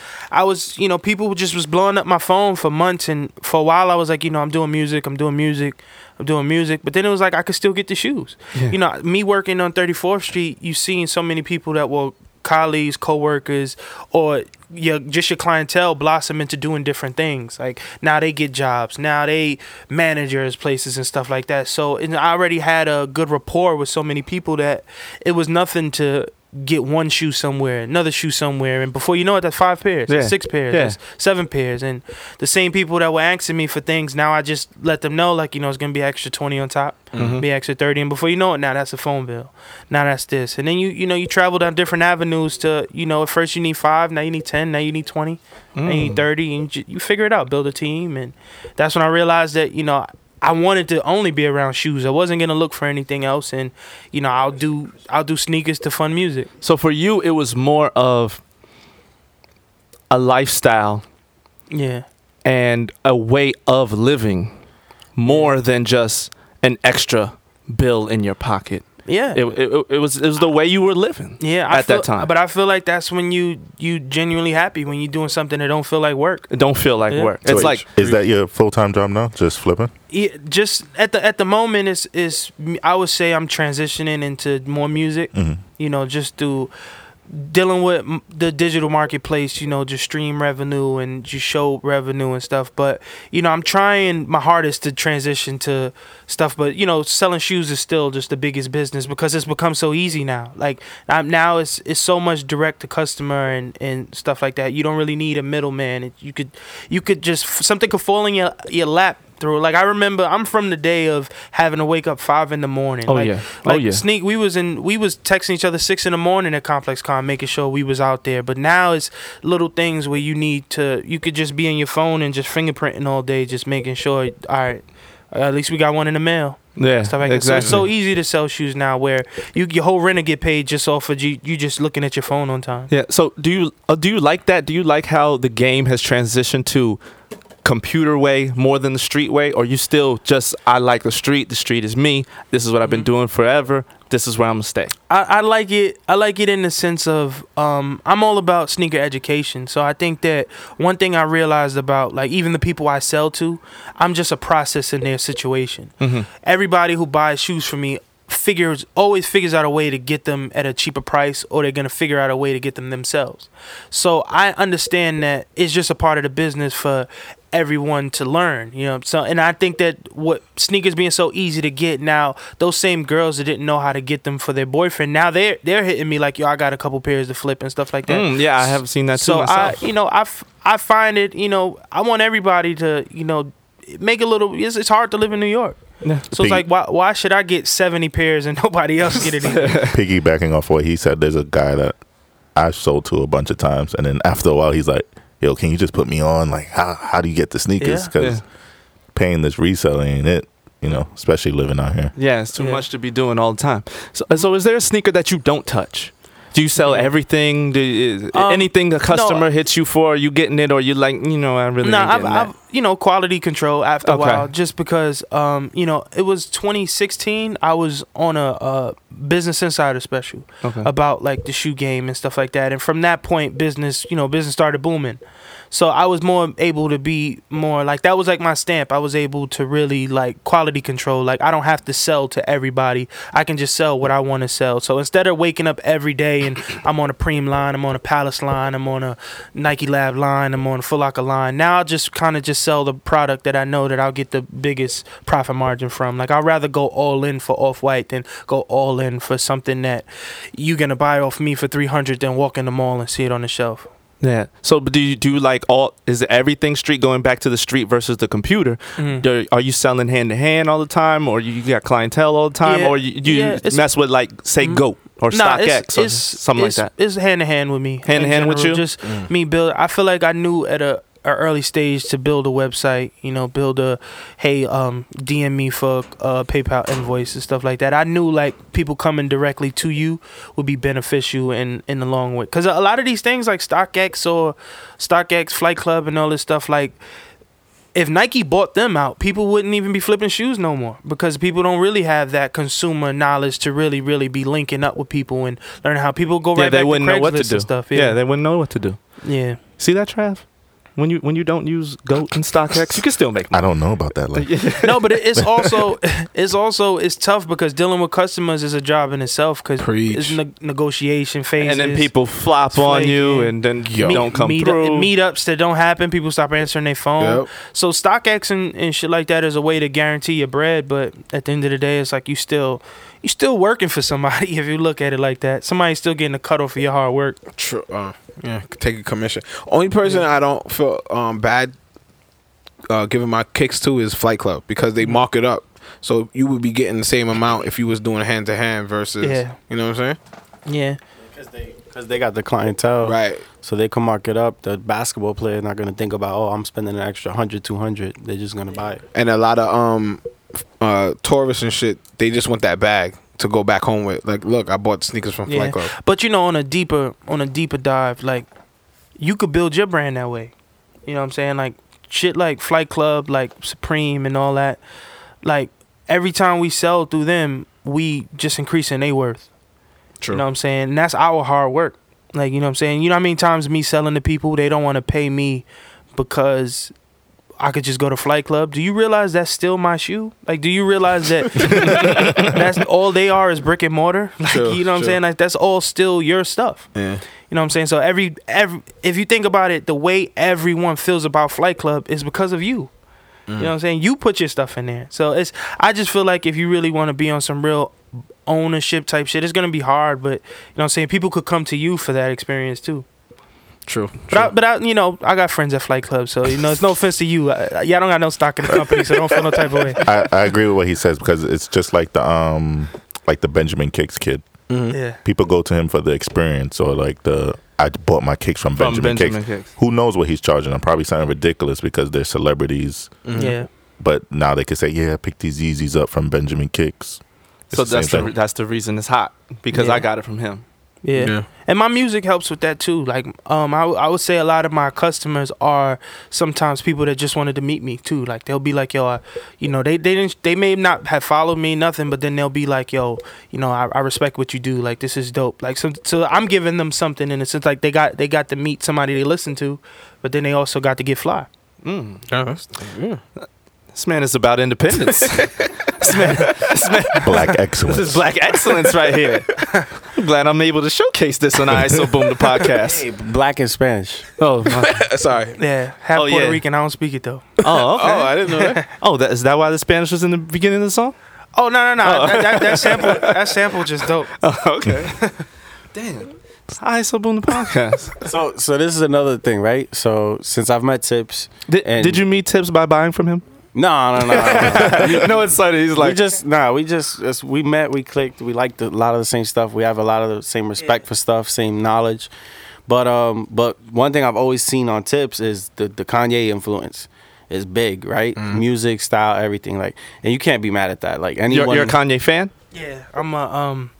I was, you know, people just was blowing up my phone for months and for a while I was like, you know, I'm doing music, I'm doing music, I'm doing music, but then it was like I could still get the shoes. You know, me working on 34th Street, you seen so many people that were colleagues, coworkers, or your just your clientele blossom into doing different things. Like now they get jobs, now they managers places and stuff like that. So and I already had a good rapport with so many people that it was nothing to get one shoe somewhere, another shoe somewhere, and before you know it, that's five pairs, that's
Yeah.
six pairs,
Yeah.
that's seven pairs, and the same people that were asking me for things. Now I just let them know, like you know, it's gonna be extra twenty on top, be extra thirty, and before you know it, now that's a phone bill, now that's this, and then you you know you travel down different avenues to you know at first you need five, now you need ten, now you need twenty, now you need thirty, and you, ju- you figure it out, build a team, and that's when I realized that you know I wanted to only be around shoes. I wasn't gonna look for anything else, and you know I'll do I'll do sneakers to fund music.
So for you, it was more of a lifestyle
Yeah,
and a way of living, more than just an extra bill in your pocket.
yeah.
It, it, it was it was the way you were living.
yeah,
at
I feel,
that time.
But I feel like that's when you you genuinely happy when you're doing something that don't feel like work.
it don't feel like
Yeah.
work.
So
it's
wait,
like
is that your full time job now? Just flipping?
Yeah, E, just at the at the moment is is I would say I'm transitioning into more music. You know, just through dealing with m- the digital marketplace. You know, just stream revenue and just show revenue and stuff. But you know, I'm trying my hardest to transition to stuff. But you know, selling shoes is still just the biggest business because it's become so easy now. Like I'm, now, it's it's so much direct to customer and and stuff like that. You don't really need a middleman. It- You could you could just something could fall in your your lap through. Like I remember, I'm from the day of having to wake up five in the morning.
Oh,
like,
yeah. Oh,
like
yeah.
sneak. We was in we was texting each other six in the morning at Complex Con, making sure we was out there. But now it's little things where you need to. You could just be on your phone and just fingerprinting all day, just making sure. All right, uh, at least we got one in the mail
yeah,
stuff like that. So
exactly.
it's so easy to sell shoes now, where you your whole renter get paid just off of you, you just looking at your phone on time.
Yeah. So do you uh, do you like that? Do you like how the game has transitioned to computer way more than the street way, or you still just I like the street. The street is me. This is what I've been
Mm-hmm.
doing forever. This is where I'm gonna stay.
I, I like it. I like it in the sense of um, I'm all about sneaker education. So I think that one thing I realized about like even the people I sell to, I'm just a process in their situation. Everybody who buys shoes from me figures always figures out a way to get them at a cheaper price, or they're gonna figure out a way to get them themselves. So I understand that it's just a part of the business for everyone to learn you know so and i think that what sneakers being so easy to get now those same girls that didn't know how to get them for their boyfriend now they're they're hitting me like yo i got a couple pairs to flip and stuff like that
Mm, yeah, I have seen that too
so uh, i
myself.
you know i f- I find it you know i want everybody to you know make a little it's, it's hard to live in new york so
Big-
it's like why, why should i get 70 pairs and nobody else get it either?
Piggybacking off what he said, there's a guy that I've sold to a bunch of times, and then after a while, he's like, "Yo, can you just put me on? Like, how how do you get the sneakers?
Yeah.
Because paying this reselling ain't it. You know, especially living out here.
Yeah, it's too
Yeah.
much to be doing all the time. So, uh, so is there a sneaker that you don't touch? Do you sell everything? Do you,
Mm.
uh,
Um,
anything the
no,
customer
I-
hits you for, you getting it, or you like, you know, I really.
No,
ain't
I've,
getting that.
I've you know quality control after a
Okay.
while, just because um you know it was 2016. I was on a, uh Business Insider special
Okay.
about like the shoe game and stuff like that, and from that point, business you know business started booming. So I was more able to be more like that was like my stamp. I was able to really like quality control. Like I don't have to sell to everybody. I can just sell what I want to sell. So instead of waking up every day and I'm on a Preem line, I'm on a Palace line, I'm on a Nike Lab line, I'm on a Foot Locker line. Now I'll just kind of just sell the product that I know that I'll get the biggest profit margin from. Like I'd rather go all in for Off White than go all in for something that you're gonna buy off me for 300 than walk in the mall and see it on the shelf.
Yeah. So but do you do you like all is everything street going back to the street versus the computer?
Mm-hmm.
Do- Are you selling hand to hand all the time, or you got clientele all the time,
Yeah,
or you, you
yeah, it's- Mm-hmm.
mess with like say Goat or
Nah,
StockX or something
it's-
like that?
It's hand in hand with me.
Hand in hand with you? Mm.
Just me build. I feel like I knew at a, a early stage to build a website. You know, build a hey, um, DM me for uh, PayPal invoice and stuff like that. I knew like people coming directly to you would be beneficial in in the long way. Because a lot of these things like StockX or StockX Flight Club and all this stuff like if Nike bought them out, people wouldn't even be flipping shoes no more because people don't really have that consumer knowledge to really, really be linking up with people and learning how people go right
yeah, they
back
wouldn't
to
know
Craigslist
what to
and
do.
stuff.
yeah.
Yeah,
they wouldn't know what to do.
yeah.
See that, Trav? When you when you don't use Goat and StockX, you can still make money.
I don't know about that. Like,
no, but it- it's also it's also it's tough because dealing with customers is a job in itself because
Preach.
it's ne- negotiation phases
and then people flop on
flaky.
you, and then you
meet-
don't come
meet,
through.
meetups that don't happen. People stop answering their phone.
Yep.
So StockX and, and shit like that is a way to guarantee your bread, but at the end of the day, it's like you still you still working for somebody if you look at it like that. Somebody's still getting a cut off for your hard work.
True. Uh, yeah, take a commission. Only person I don't feel um, bad uh, giving my kicks to is Flight Club because they mark it up. So you would be getting the same amount if you was doing hand to hand versus.
Yeah.
You know what I'm saying?
Yeah.
Because they, cause they got the clientele.
Right.
So they can mark it up. The basketball player not going to think about, oh, I'm spending an extra 100, 200. They're just going to buy it.
And a lot of um, f- uh, tourists and shit, they just want that bag to go back home with. Like, look, I bought sneakers from
Yeah.
Flight Club.
But you know, on a deeper on a deeper dive, like you could build your brand that way. You know what I'm saying? Like shit like Flight Club, like Supreme and all that. Like every time we sell through them, we just increasing their worth.
True.
You know what I'm saying? And that's our hard work. Like, you know what I'm saying? You know how many times me selling to people, they don't want to pay me because I could just go to Flight Club. Do you realize that's still my shoe? Like, do you realize that that's all they are is brick and mortar? Like,
True,
you know what I'm
true.
saying? Like, that's all still your stuff.
Yeah.
You know what I'm saying? So every every if you think about it, the way everyone feels about Flight Club is because of you.
Mm.
You know what I'm saying? You put your stuff in there. So it's I just feel like if you really want to be on some real ownership type shit, it's gonna be hard, but you know what I'm saying? People could come to you for that experience too.
True.
But I, but I, you know, I got friends at Flight Club, so you know, it's no offense to you. I, y'all don't got no stock in the company, so don't feel no type of way.
I, I agree with what he says because it's just like the um, like the Benjamin Kicks kid.
Mm-hmm.
Yeah.
People go to him for the experience or like the I bought my kicks from,
From
Benjamin,
Benjamin
Kicks.
Kicks.
Who knows what he's charging? I'm probably sounding ridiculous because they're celebrities,
Mm-hmm.
Yeah.
but now they could say, "Yeah, I picked these Yeezys up from Benjamin Kicks." It's
so
the
that's
same
the,
thing.
that's the reason it's hot because
Yeah.
I got it from him.
Yeah.
Yeah.
And my music helps with that too. Like, um, I, w- I would say a lot of my customers are sometimes people that just wanted to meet me too. Like, they'll be like, yo, I, you know, they, they didn't, they may not have followed me, nothing, but then they'll be like, yo, you know, I, I respect what you do. Like, this is dope. Like, so, so I'm giving them something in a sense, like they got, they got to meet somebody they listen to, but then they also got to get fly.
Oh,
This man is about independence. this, man, this, man,
Black
this
excellence.
is black excellence right here. I'm glad I'm able to showcase this on ISO Boom the podcast.
Black and Spanish.
Oh, my-
Sorry.
Yeah. Half
Oh,
Puerto
yeah.
Rican. I don't speak it though.
oh,
Oh,
okay.
I didn't know that.
Oh, that, is that why the Spanish was in the beginning of the song?
Oh, no, no, no. That, that, that sample, that sample just dope.
Oh, okay. Damn. It's ISO Boom the podcast.
So so this is another thing, right? So since I've met Tips.
Did,
And-
did you meet Tips by buying from him?
No, no, no. no, no.
no, it's funny. He's
we just nah. We just it's- we met. We clicked. We liked a lot of the same stuff. We have a lot of the same respect for stuff, same knowledge. But um, but one thing I've always seen on tips is the the Kanye influence is big, right? Mm-hmm. Music style, everything like, and you can't be mad at that. Like anyone,
you're, you're a Kanye fan?
Yeah. I'm a, um,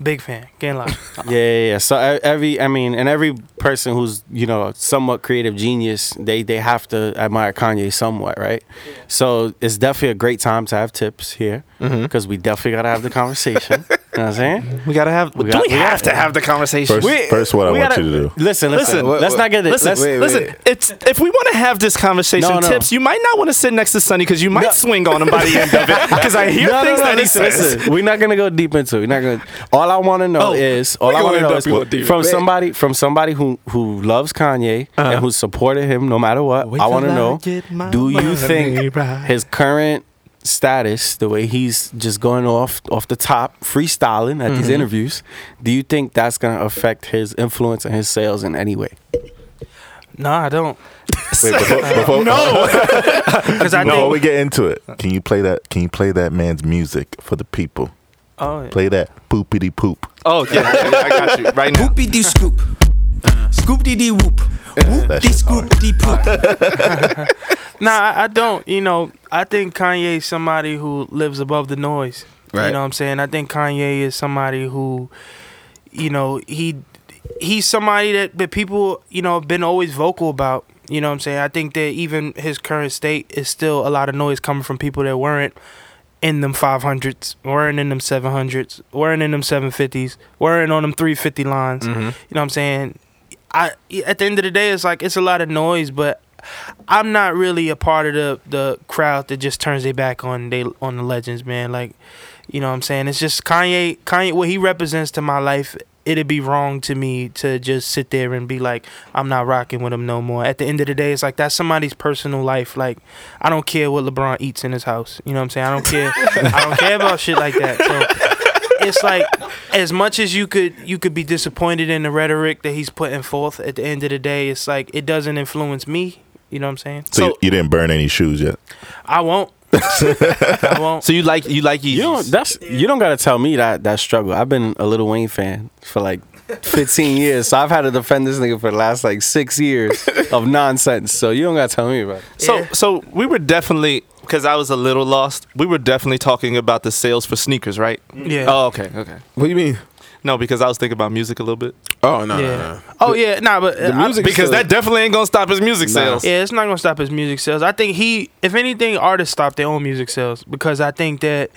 big fan. Can't lie.
yeah, yeah, yeah. So e- every, I mean, and every person who's you know somewhat creative genius, they they have to admire Kanye somewhat, right? So it's definitely a great time to have tips here because we definitely gotta have the conversation. you know what I'm saying?
We gotta have. do
got-
we,
we
have
got-
to have the conversation?
First, first what I
we
want
gotta-
you to do.
Listen, listen.
Listen,
let's not get it.
Listen,
let's,
wait, wait.
listen. It's if we want to have this conversation,
No, no.
tips. You might not want to sit next to Sonny because you might swing on him by the end of it. Because I hear
No, no,
things
no,
that
listen,
he says.
listen. We're not gonna go deep into. it. We're not gonna. All I want to know
Oh,
is all
we
I
gonna
want to
end
know
up
is
going deep.
from somebody from somebody who who loves Kanye
Uh-huh.
and who supported him no matter what.
Wait
I want
till
to
I
know.
get my
Do you
money
think
right.
his current status, the way he's just going off off the top, freestyling at
Mm-hmm.
these interviews, do you think that's gonna affect his influence and his sales in any way?
no, I don't.
Wait, before, before,
Cause I
before
think,
we get into it, can you play that? Can you play that man's music for the people?
oh, yeah.
Play that poopity poop.
Oh yeah, I got you right now.
Whoopy dee scoop. Scoop dee dee whoop. Whoop
That
dee
shit's
scoop dee poop.
Nah, I, I don't. You know, I think Kanye's somebody who lives above the noise.
Right.
You know what I'm saying? I think Kanye is somebody who, you know, he he's somebody that, that people, you know, have been always vocal about. You know what I'm saying? I think that even his current state is still a lot of noise coming from people that weren't in them 500s, weren't in them 700s, weren't in them 750s, weren't on them 350 lines. You know what I'm saying? I at the end of the day, it's like it's a lot of noise, but I'm not really a part of the the crowd that just turns their back on they on the legends, man. Like, you know what I'm saying? It's just Kanye Kanye what he represents to my life. It'd be wrong to me to just sit there and be like, I'm not rocking with him no more. At the end of the day, it's like that's somebody's personal life. Like, I don't care what LeBron eats in his house. You know what I'm saying? I don't care. I don't care about shit like that. So it's like as much as you could you could be disappointed in the rhetoric that he's putting forth at the end of the day it's like it doesn't influence me you know what i'm saying
So, you, you didn't burn any shoes yet.
i won't i won't
So you like you like Yeezys?
You don't. That's you don't gotta tell me that that struggle. I've been a Little Wayne fan for like 15 years, so I've had to defend this nigga for the last like six years of nonsense. So you don't gotta tell me about. It.
So
Yeah.
so we were definitely because I was a little lost. We were definitely talking about the sales for sneakers, right?
Yeah.
Oh, okay, okay.
What do you mean?
No, because I was thinking about music a little bit.
Oh no, no,
yeah
no.
oh yeah nah but uh, I-
music-
Because that definitely ain't gonna stop his music
Nah.
sales.
Yeah, it's not gonna stop his music sales. I think he, if anything, artists stop their own music sales because I think that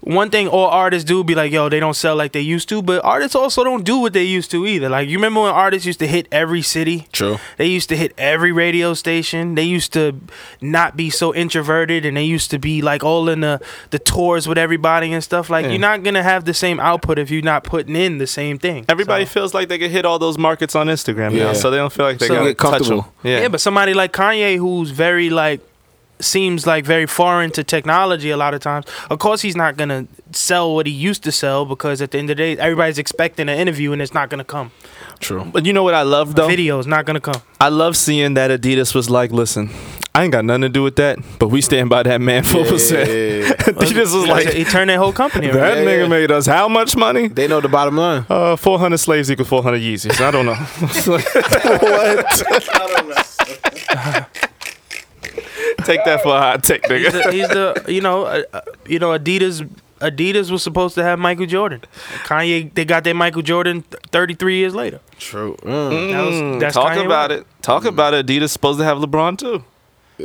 one thing all artists do be like, yo, they don't sell like they used to, but artists also don't do what they used to either. Like you remember when artists used to hit every city?
True.
They used to hit every radio station. They used to not be so introverted, and they used to be like all in the the tours with everybody and stuff. Like you're not gonna have the same output if you're not putting in the same thing.
Everybody
So-
feels like they can hit all those markets on Instagram now,
Yeah.
so they don't feel like they
So-
gotta
Get
touch
comfortable.
them. Yeah.
Yeah. but somebody like Kanye, who's very like, seems like very foreign to technology a lot of times. Of course, he's not gonna sell what he used to sell because at the end of the day, everybody's expecting an interview and it's not gonna come.
True.
But you know what I love though?
Video is not gonna come.
I love seeing that Adidas was like, listen, I ain't got nothing to do with that, but we stand by that man full percent. Adidas was
Like
like,
he turned that whole company. around.
that nigga made us how much money?
They know the bottom line.
Uh, 400 slaves equals 400 Yeezys. I don't know. Take that for a hot take,
He's
nigga.
the, he's the you know uh, uh, you know Adidas. Adidas was supposed to have Michael Jordan. Kanye, they got their Michael Jordan th- 33 years later.
True.
That was, that's
Mm, Talk
Kanye
about
West.
it. Talk about it. Adidas supposed to have LeBron too.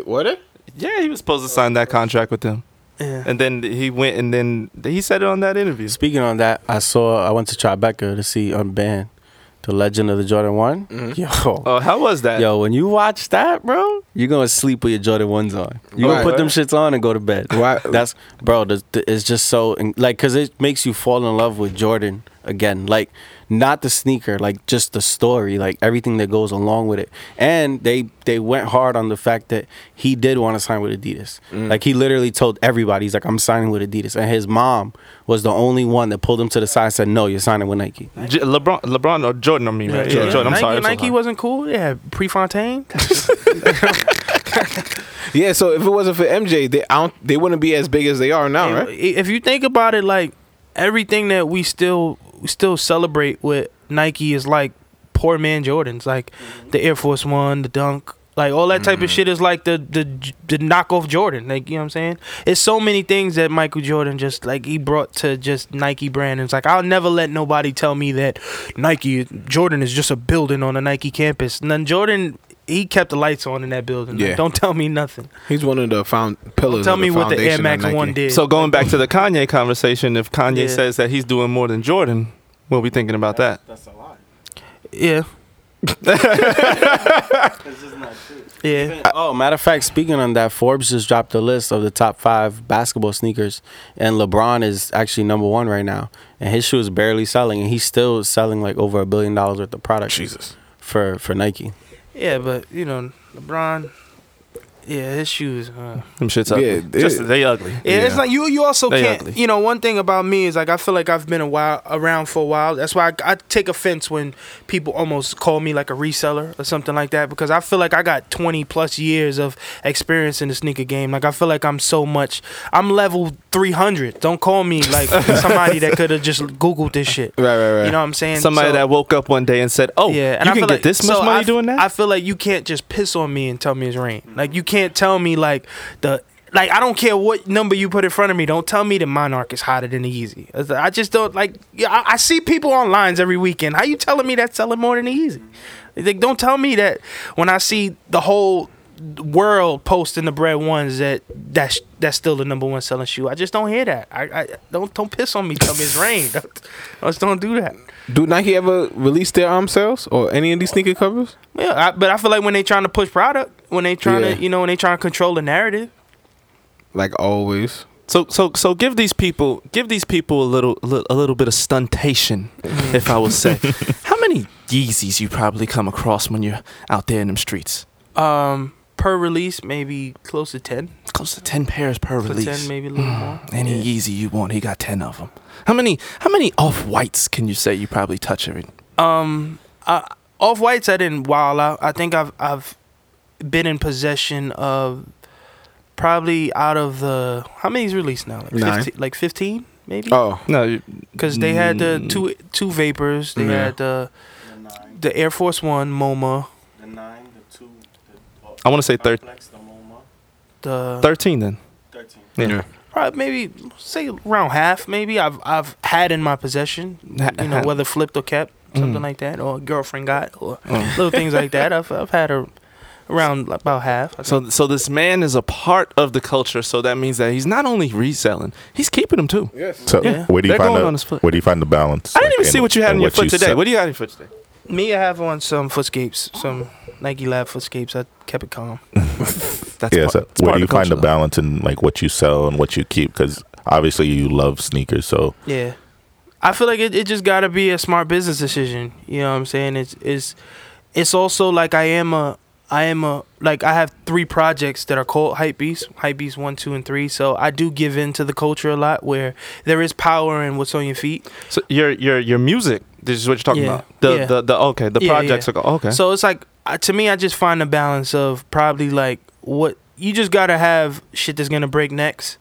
What? it?
Yeah, he was supposed to sign that contract with them.
Yeah.
And then he went and then he said it on that interview.
Speaking on that, I saw I went to Tribeca to see Unbanned, the Legend of the Jordan One. Yo,
Oh, how was that?
yo, when you watch that, bro, you're gonna sleep with your Jordan Ones on. You gonna
Right.
put them shits on and go to bed.
Why-
That's bro. The, the, it's just so in- like because it makes you fall in love with Jordan again. Like not the sneaker, like just the story, like everything that goes along with it. And they they went hard on the fact that he did want to sign with Adidas.
Mm.
Like he literally told everybody, he's like, I'm signing with Adidas. And his mom was the only one that pulled him to the side and said, No, you're signing with Nike.
J- LeBron, LeBron or Jordan? I mean, right?
Yeah.
Yeah, Jordan. I'm
Nike,
sorry. I'm so
Nike
sorry.
wasn't cool. Yeah, Prefontaine.
Yeah. So if it wasn't for MJ, they I don't, they wouldn't be as big as they are now,
And
right?
If you think about it, like everything that we still still celebrate with Nike is like poor man Jordans, like
Mm-hmm.
the Air Force One, the Dunk, like all that type of shit is like the the the knockoff Jordan. Like you know what I'm saying? It's so many things that Michael Jordan just like he brought to just Nike brand. And it's like I'll never let nobody tell me that Nike Jordan is just a building on a Nike campus. None Jordan. He kept the lights on in that building. Like,
Yeah.
don't tell me nothing.
He's one of the found pillars.
Tell
of
me
the
what the Air
foundation of
Max
Nike.
One did.
So going back to the Kanye conversation, if Kanye
Yeah.
says that he's doing more than Jordan, what are we thinking about that?
Yeah. Yeah.
Oh, matter of fact, speaking on that, Forbes just dropped a list of the top five basketball sneakers, and LeBron is actually number one right now, and his shoe is barely selling, and he's still selling like over a billion dollars worth of products.
Jesus.
For for Nike,
Yeah, but you know, LeBron. Yeah, his uh, shoes. Huh?
Them shits ugly.
Yeah,
Yeah,
they-
Just, they ugly.
Yeah, it's like you. You also
They
can't.
ugly.
You know, one thing about me is like I feel like I've been a while around for a while. That's why I, I take offense when people almost call me like a reseller or something like that because I feel like I got twenty plus years of experience in the sneaker game. Like I feel like I'm so much. I'm level three hundred. Don't call me like somebody that could have just googled this shit.
Right, right, right.
You know what I'm saying?
Somebody
So-
that woke up one day and said, "Oh, yeah, you
I
can
feel
get
like-
this much
so
money
I,
doing that."
I feel like you can't just piss on me and tell me it's rain. Like you can't tell me like the like I don't care what number you put in front of me. Don't tell me the Monarch is hotter than the Yeezy. It's like, I just don't like. Yeah, I, I see people on lines every weekend. How you telling me that's selling more than the Yeezy? Like, don't tell me that when I see the whole world posting the bread ones that that's that's still the number one selling shoe. I just don't hear that. I, I don't don't piss on me. Tell me it's rain. Don't- I just don't do that.
Do Nike ever release their arm sales or any of these sneaker covers?
Yeah, I, but I feel like when they trying to push product, when they trying
Yeah.
to you know when they trying to control the narrative.
Like always.
So so so give these people give these people a little li- a little bit of stuntation,
Mm-hmm.
if I will say. How many Yeezys you probably come across when you're out there in them streets?
Um, per release, maybe close to ten.
It's close to ten pairs per
For
release. Mm.
ten, maybe a little more.
Any Yeezy you want, he got ten of them. How many how many off whites can you say you probably touch every?
Um, uh, off whites, I didn't wild out. I think I've I've been in possession of probably out of the how many's released now? Like
Nine.
15, like fifteen, maybe.
Oh,
No, you-
Because they had the
Mm.
two two vapors. They
Yeah.
had the the Air Force One MoMA.
The nine, the two,
I want to say thir-
complex, the MoMA,
The
thirteen then.
thirteen.
Yeah.
probably maybe say around half. Maybe I've I've had in my possession.
Ha-
You know
ha-
whether flipped or kept, something
Mm.
like that, or a girlfriend got, or
Mm.
little things like that. I've I've had a, around about half. I
So so this man is a part of the culture. So that means that he's not only reselling, he's keeping them too.
So
Yeah.
where do you
They're
find
going
the
on his foot.
where do you find the balance?
I didn't
like,
even
in-
see what you had
in
in your foot today.
sell?
What do you got in your foot today?
Me, I have on some footscapes, some Nike Lab footscapes. I kept it calm.
That's
yeah,
part-
so
it's
where
part of
do you find the
culture, though.
balance in like what you sell and what you keep? Because obviously you love sneakers, so
Yeah. I feel like it, it just gotta be a smart business decision. You know what I'm saying? It's it's it's also like I am a I am a like I have three projects that are called hype beast, hype beast one, two, and three. So I do give in to the culture a lot where there is power in what's on your feet.
So your your your music. This is what you're talking
Yeah.
about. The
Yeah.
the the okay. The
Yeah,
projects
yeah.
are go- okay.
So it's like uh, to me, I just find a balance of probably like what you just gotta have shit that's gonna break necks,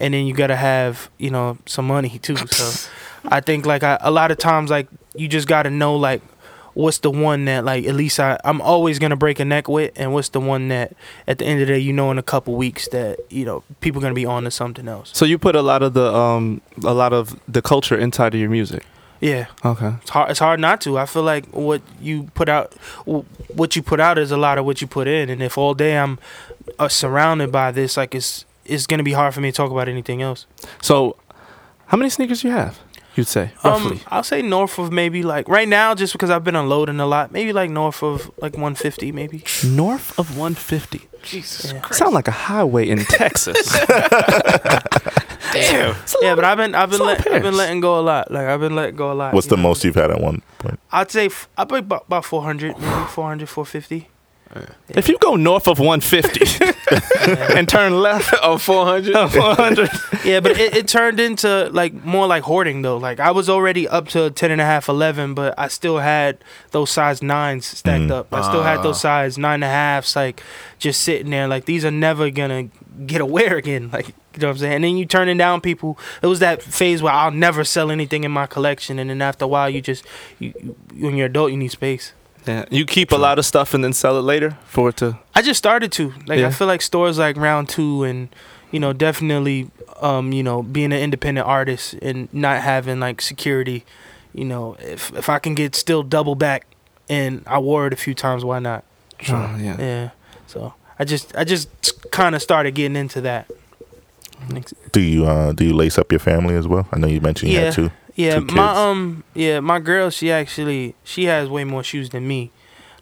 and then you gotta have you know some money too. So I think like I, a lot of times like you just gotta know like what's the one that like at least I I'm always gonna break a neck with, and what's the one that at the end of the day you know in a couple weeks that you know people gonna be on to something else.
So you put a lot of the um a lot of the culture inside of your music.
Yeah.
Okay.
It's hard. It's hard not to. I feel like what you put out, w- what you put out is a lot of what you put in. And if all day I'm uh, surrounded by this, like it's it's gonna be hard for me to talk about anything else.
So how many sneakers you have? You'd say roughly.
Um, I'll say north of maybe like right now, just because I've been unloading a lot, maybe like north of like 150, maybe.
North of 150.
Jesus.
Yeah.
Sound like a highway in Texas. Damn.
Yeah, but I've been I've
It's
been
a lot of
let, I've been
pairs.
letting go a lot. Like I've been letting go a lot.
what's
you
the
know?
most you've had at one point?
I'd say f- I'd be about, about 400, maybe 400, 450.
If you go north of 150 and turn left
Oh, 400?
of 100,
yeah but it, it turned into like more like hoarding though like i was already up to 10 and a half 11 but i still had those size nines stacked
Mm.
up i still had
Ah.
those size nine and a halfs like just sitting there like these are never gonna get aware again like you know what i'm saying and then you turning down people it was that phase where i'll never sell anything in my collection and then after a while you just you, you when you're adult you need space
yeah, you keep a lot of stuff and then sell it later for it to.
I just started to. Like
Yeah.
I feel like stores like round two and you know, definitely um, you know, being an independent artist and not having like security, you know, if if I can get still double back and I wore it a few times, why not?
Oh, yeah.
Yeah. So I just I just kinda started getting into that.
Do you uh do you lace up your family as well? I know you mentioned you
Yeah.
had two.
Yeah,
Two kids.
my um yeah, my girl, she actually she has way more shoes than me.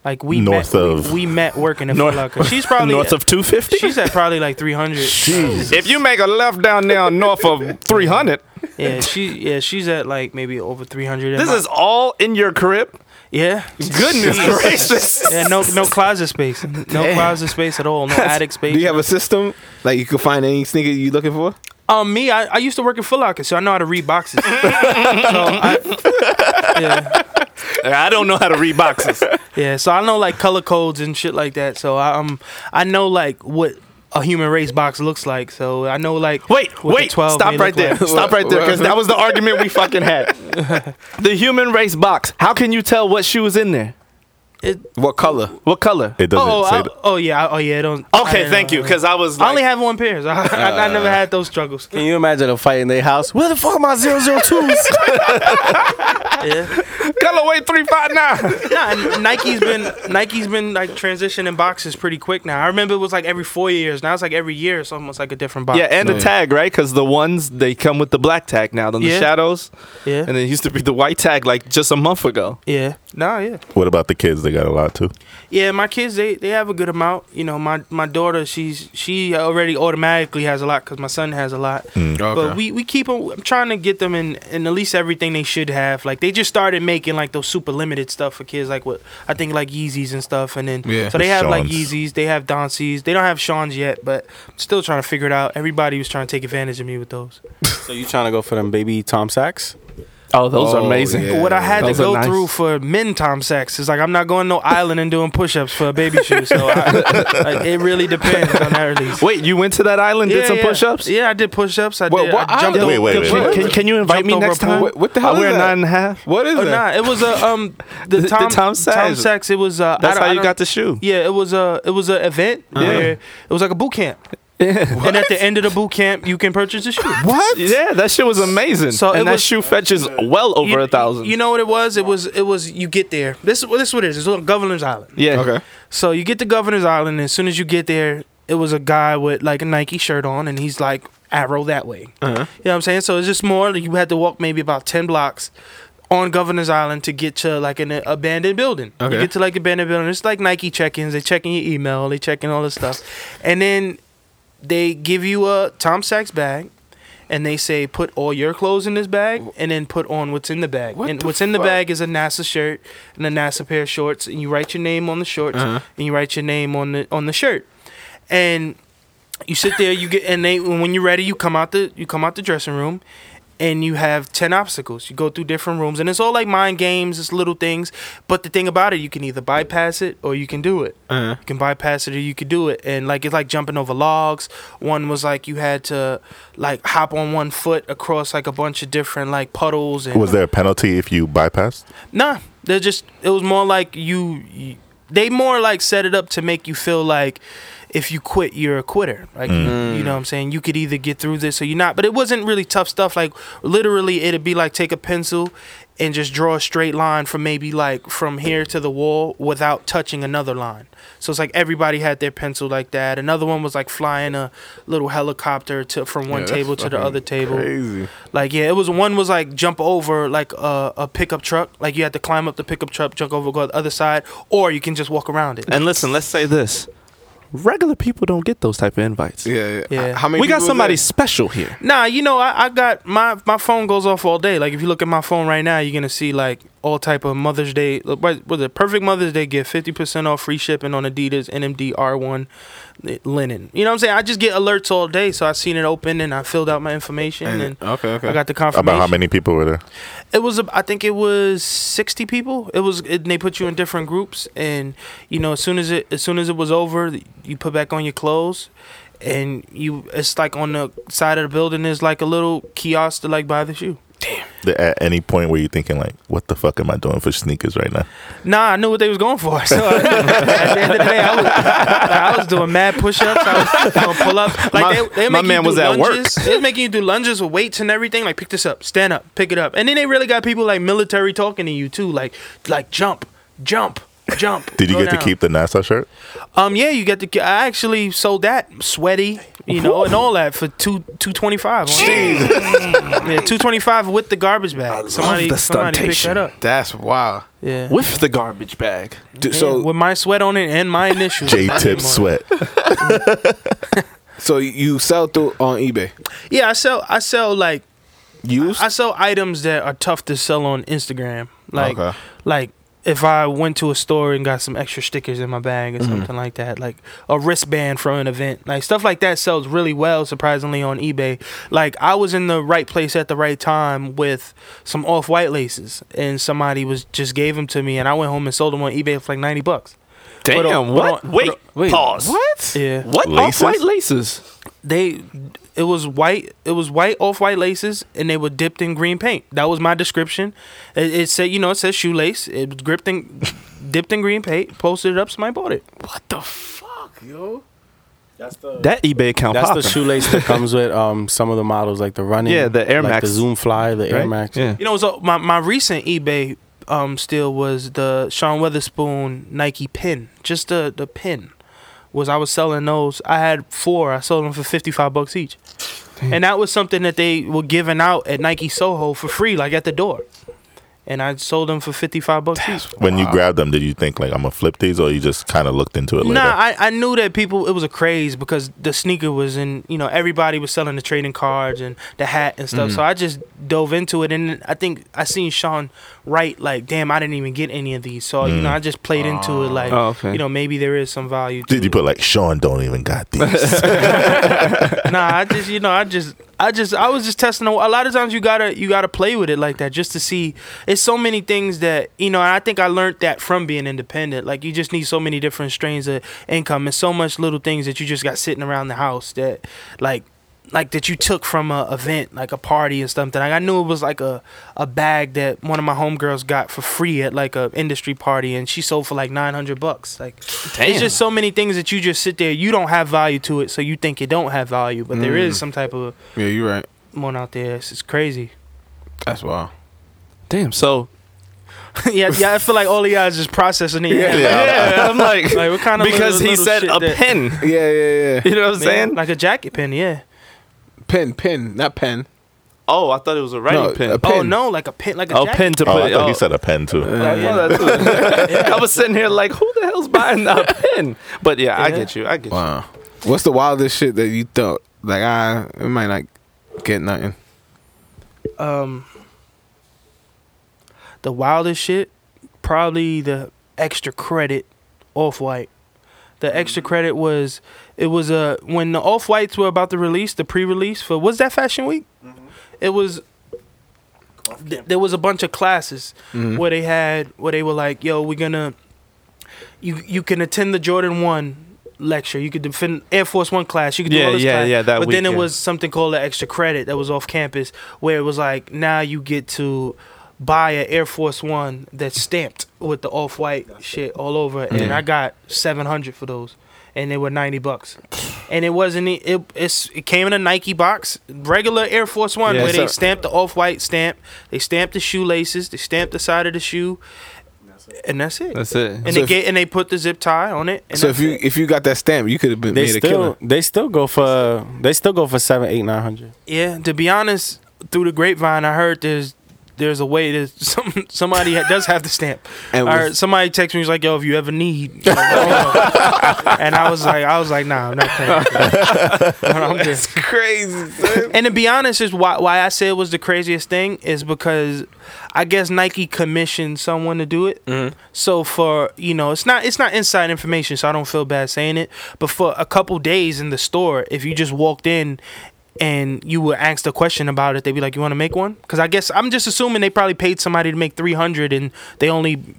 Like we
North
met,
of-
we, we met working at Foot
North-
Locker. She's probably
north of 250?
she's at probably like three hundred.
If you make a left down there north of 300,
Yeah, she yeah she's at like maybe over three hundred.
this is all in your crib.
yeah
Goodness gracious.
yeah no no closet space no closet space at all no attic space.
Do you have a system? Like you can find any sneaker you looking for?
um me I, I used to work in Foot Locker so I know how to read boxes. so I, yeah
I don't know how to read boxes.
yeah so I know like color codes and shit like that. So I um I know like what a human race box looks like. So I know like
Wait,
what the
wait, stop
may
right
look
there.
like.
Stop right there, because that was the argument we fucking had. the human race box. How can you tell what shoe is in there?
It-
What color?
What color?
It doesn't
oh oh,
say
I-
that.
oh yeah I- oh yeah I don't. I
Okay,
didn't
thank
know.
you, because I was
I only
like,
have one pair. So I, I, I
Uh,
never had those struggles.
Can you imagine a fight in their house? Where the fuck are my 002s?
Yeah.
Colorway three five nine.
Nah, and Nike's been Nike's been like transitioning boxes pretty quick now. I remember it was like every four years. Now it's like every year it's almost like a different box.
Yeah, and the tag, right? Because the ones they come with the black tag now, then the
Yeah.
shadows,
yeah,
and it used to be the white tag like just a month ago.
yeah. Nah, yeah.
What about the kids? They got a lot too.
Yeah, my kids they, they have a good amount. You know, my my daughter she's she already automatically has a lot because my son has a lot.
Mm.
But we we keep 'em- I'm trying to get them in in at least everything they should have. Like they just started making like those super limited stuff for kids, like what I think like Yeezys and stuff. And then
Yeah.
so they have like
Sean's.
Yeezys, they have Donceys, they don't have Sean's yet, but I'm still trying to figure it out. Everybody was trying to take advantage of me with those.
So you trying to go for them baby Tom Sacks?
Oh, those are
Oh,
amazing.
yeah.
what I had to
Those are
go
nice.
through for men Tom sex is like I'm not going no island and doing push-ups for a baby shoe. So I, like, it really depends on that release.
Wait, you went to that island, did some
yeah.
push-ups?
Yeah, I did push-ups. I
What-
did.
what
I
island?
jumped over-
Wait, wait, wait.
Can,
wait.
can, can you invite
Jumped
me
over
next
a pool.
time?
What- what the hell
I
is
wear
that?
nine and a half.
What is
Oh,
that?
nah, it was a um the
The
Tom
Tom
Tom
Sachs.
sex. It was uh,
That's
I don't-
how
I
you
don't-
got the shoe.
Yeah, it was a it was an event where it was like a boot camp, and at the end of the boot camp, you can purchase a shoe.
What? Yeah, that shit was uh, amazing.
So it
and that
was-
shoe fetches well over
You-
a thousand.
You know what it was? It was it was you get there. This is what this is what it is. It's on Governor's Island.
yeah.
Okay.
So you get to Governor's Island, and as soon as you get there, it was a guy with like a Nike shirt on, and he's like arrow that way. You know what I'm saying? So it's just more. like, You had to walk maybe about ten blocks on Governor's Island to get to like an abandoned building.
Okay.
You get to like abandoned building. It's like Nike check-ins. They checking your email. They checking all this stuff, and then they give you a Tom Sachs bag. And they say put all your clothes in this bag, and then put on what's in the bag. and what's in the bag is a NASA shirt and a NASA pair of shorts, and you write your name on the shorts, and you write your name on the on the shirt. And you sit there, you get, and they when you're ready, you come out the you come out the dressing room, and you have ten obstacles. You go through different rooms, and it's all like mind games, it's little things. But the thing about it, you can either bypass it or you can do it. You can bypass it or you can do it, and like it's like jumping over logs. One was like you had to like hop on one foot across like a bunch of different like puddles and
Was there a penalty if you bypassed?
Nah, they're just. It was more like you, you. They more like set it up to make you feel like if you quit, you're a quitter. Like
Mm.
you, you know what I'm saying. You could either get through this or you're not. But it wasn't really tough stuff. Like literally, it'd be like take a pencil and just draw a straight line from maybe like from here to the wall without touching another line. So it's like everybody had their pencil like that. Another one was like flying a little helicopter to from one
Yeah, that's
table to the
fucking
other table.
Crazy.
Like yeah, it was one was like jump over like a, a pickup truck. Like you had to climb up the pickup truck, jump over, go to the other side, or you can just walk around it.
And listen, let's say this. Regular people don't get those type of invites.
Yeah.
Yeah.
How many?
We got
people is
somebody
that?
special here.
Nah, you know I, I got my my phone goes off all day. Like if you look at my phone right now, you're gonna see like all type of Mother's Day. What was it? Perfect Mother's Day gift, fifty percent off free shipping on Adidas NMD R1 linen. You know what I'm saying? I just get alerts all day, so I seen it open and I filled out my information and,
Okay. Okay.
I got the confirmation.
About how many people were there?
It was, a- I think it was sixty people. It was, it, they put you in different groups, and you know, as soon as it, as soon as it was over, you put back on your clothes, and you, it's like on the side of the building is like a little kiosk to like buy the shoe.
Th- At any point where you're thinking like, "What the fuck am I doing for sneakers right now?"
Nah, I knew what they was going for. So at the end of the day, I was, I was doing mad push-ups. I was doing pull-ups. Like
My-
they, they
my
make
man
you do
was at work.
lunges. They was making you do lunges with weights and everything. Like pick this up, stand up, pick it up, and then they really got people like military talking to you too. Like like jump, jump. Jump.
Did you
go
get to
down.
keep the NASA shirt?
Um, yeah, you get the. I actually sold that sweaty, you know, and all that for two two twenty five. Yeah, two twenty five with the garbage bag. somebody,
the
somebody picked
stuntation.
that up.
That's wow.
Yeah.
With the garbage bag.
Dude,
so
so
with my sweat on it and my initials.
J
I
tip
didn't want
sweat.
so you sell through on eBay.
it. Yeah, I sell. I sell like
Used.
I sell items that are tough to sell on Instagram. Like,
Okay.
like if I went to a store and got some extra stickers in my bag
Mm-hmm.
or something like that, like a wristband from an event, like stuff like that sells really well, surprisingly, on eBay. Like, I was in the right place at the right time with some off white laces, and somebody was just gave them to me, and I went home and sold them on eBay for like 90 bucks.
Damn,
Hold on,
what?
hold on,
wait,
hold
pause. What?
Yeah.
What?
Laces?
Off-white laces.
they it was white it was white off white laces and they were dipped in green paint that was my description it, it said you know it says shoelace it was gripped in dipped in green paint posted it up somebody bought it
That eBay account
That's the
popping.
shoelace that comes with um some of the models like the running.
Yeah, the Air
like
Max.
the Zoom Fly, the Air
Right?
Max.
Yeah.
you know so my, my recent ebay um still was the Sean Weatherspoon Nike pin. Just the the pin was I was selling those. I had four. I sold them for fifty five bucks each. And that was something that they were giving out at Nike Soho for free, like at the door. And I sold them for fifty five bucks each.
When you grabbed them, did you think like I'm gonna flip these, or you just kind of looked into it later?
Nah, I, I knew that people. It was a craze because the sneaker was in. You know, everybody was selling the trading cards and the hat and stuff. So I just dove into it, and I think I seen Sean write like, "Damn, I didn't even get any of these." So you know, I just played into it like,
Oh, okay.
you know, maybe there is some value. To
did you
it.
put like Sean don't even got these?
nah, I just you know, I just I just I was just testing. the- A lot of times you gotta you gotta play with it like that just to see. It's so many things that you know. And I think I learned that from being independent. Like you just need so many different strains of income and so much little things that you just got sitting around the house that like like that you took from a event like a party or something. Like I knew it was like a a bag that one of my homegirls got for free at like a industry party and she sold for like nine hundred bucks. Like it's just so many things that you just sit there. You don't have value to it, so you think it don't have value, but there
Mm.
is some type of
Yeah, you're right.
one out there. It's, it's crazy.
That's wild.
Damn. So
yeah, yeah. I feel like all of y'all is just processing it. Yeah,
yeah, I'm like,
Like what kind of
because he
little- little
said
shit
a
that-
pen.
Yeah, yeah, yeah.
You know what I'm saying?
like a jacket pin. Yeah.
Pin, pin, not pen.
oh, I thought it was a writing
No,
pen.
a pen.
Oh no, like a pin, like a
Oh,
jacket.
pen to
oh,
put.
I thought
oh.
he said a pen too.
I, thought that too. I was sitting here like, who the hell's buying a pen? But yeah, I
Yeah.
get you. I get
Wow. What's the wildest shit that you thought? Like, I it might not get nothing.
um the wildest shit probably the extra credit off white the extra credit was it was uh, when the off whites were about to release the pre-release for was that fashion week it was th- there was a bunch of classes
Mm-hmm.
where they had where they were like yo we're gonna you you can attend the jordan one lecture you could defend air force one class you could do
Yeah,
all this
yeah,
class.
yeah, that
but
week,
then it
yeah.
was something called the extra credit that was off campus where it was like now you get to buy an Air Force One that's stamped with the off white shit all over, it. and I got seven hundred for those, and they were ninety bucks, and it wasn't e- it. It's it came in a Nike box, regular Air Force One
Yeah,
where they
so-
stamped the off white stamp, they stamped the shoelaces, they stamped the side of the shoe, and that's it.
you. That's it.
and
So
they
if-
get, and they put the zip tie on it. And
so
that's
if you
it.
if you got that stamp, you could have been
They
made a
still
killer.
they still go for they still go for seven, eight, nine hundred.
Yeah, to be honest, through the grapevine, I heard there's there's a way that some somebody ha- does have the stamp.
And
I
was-
heard somebody text me was like, "Yo, if you ever need," like, "Oh." and I was like, I was like, "Nah, I'm not paying." I'm just-
Crazy. son.
and to be honest, is why why I said it was the craziest thing is because I guess Nike commissioned someone to do it.
Mm-hmm.
So for you know, it's not it's not inside information, so I don't feel bad saying it. But for a couple days in the store, if you just walked in and you were asked a question about it, they'd be like, "You want to make one?" Because I guess I'm just assuming they probably paid somebody to make 300 and they only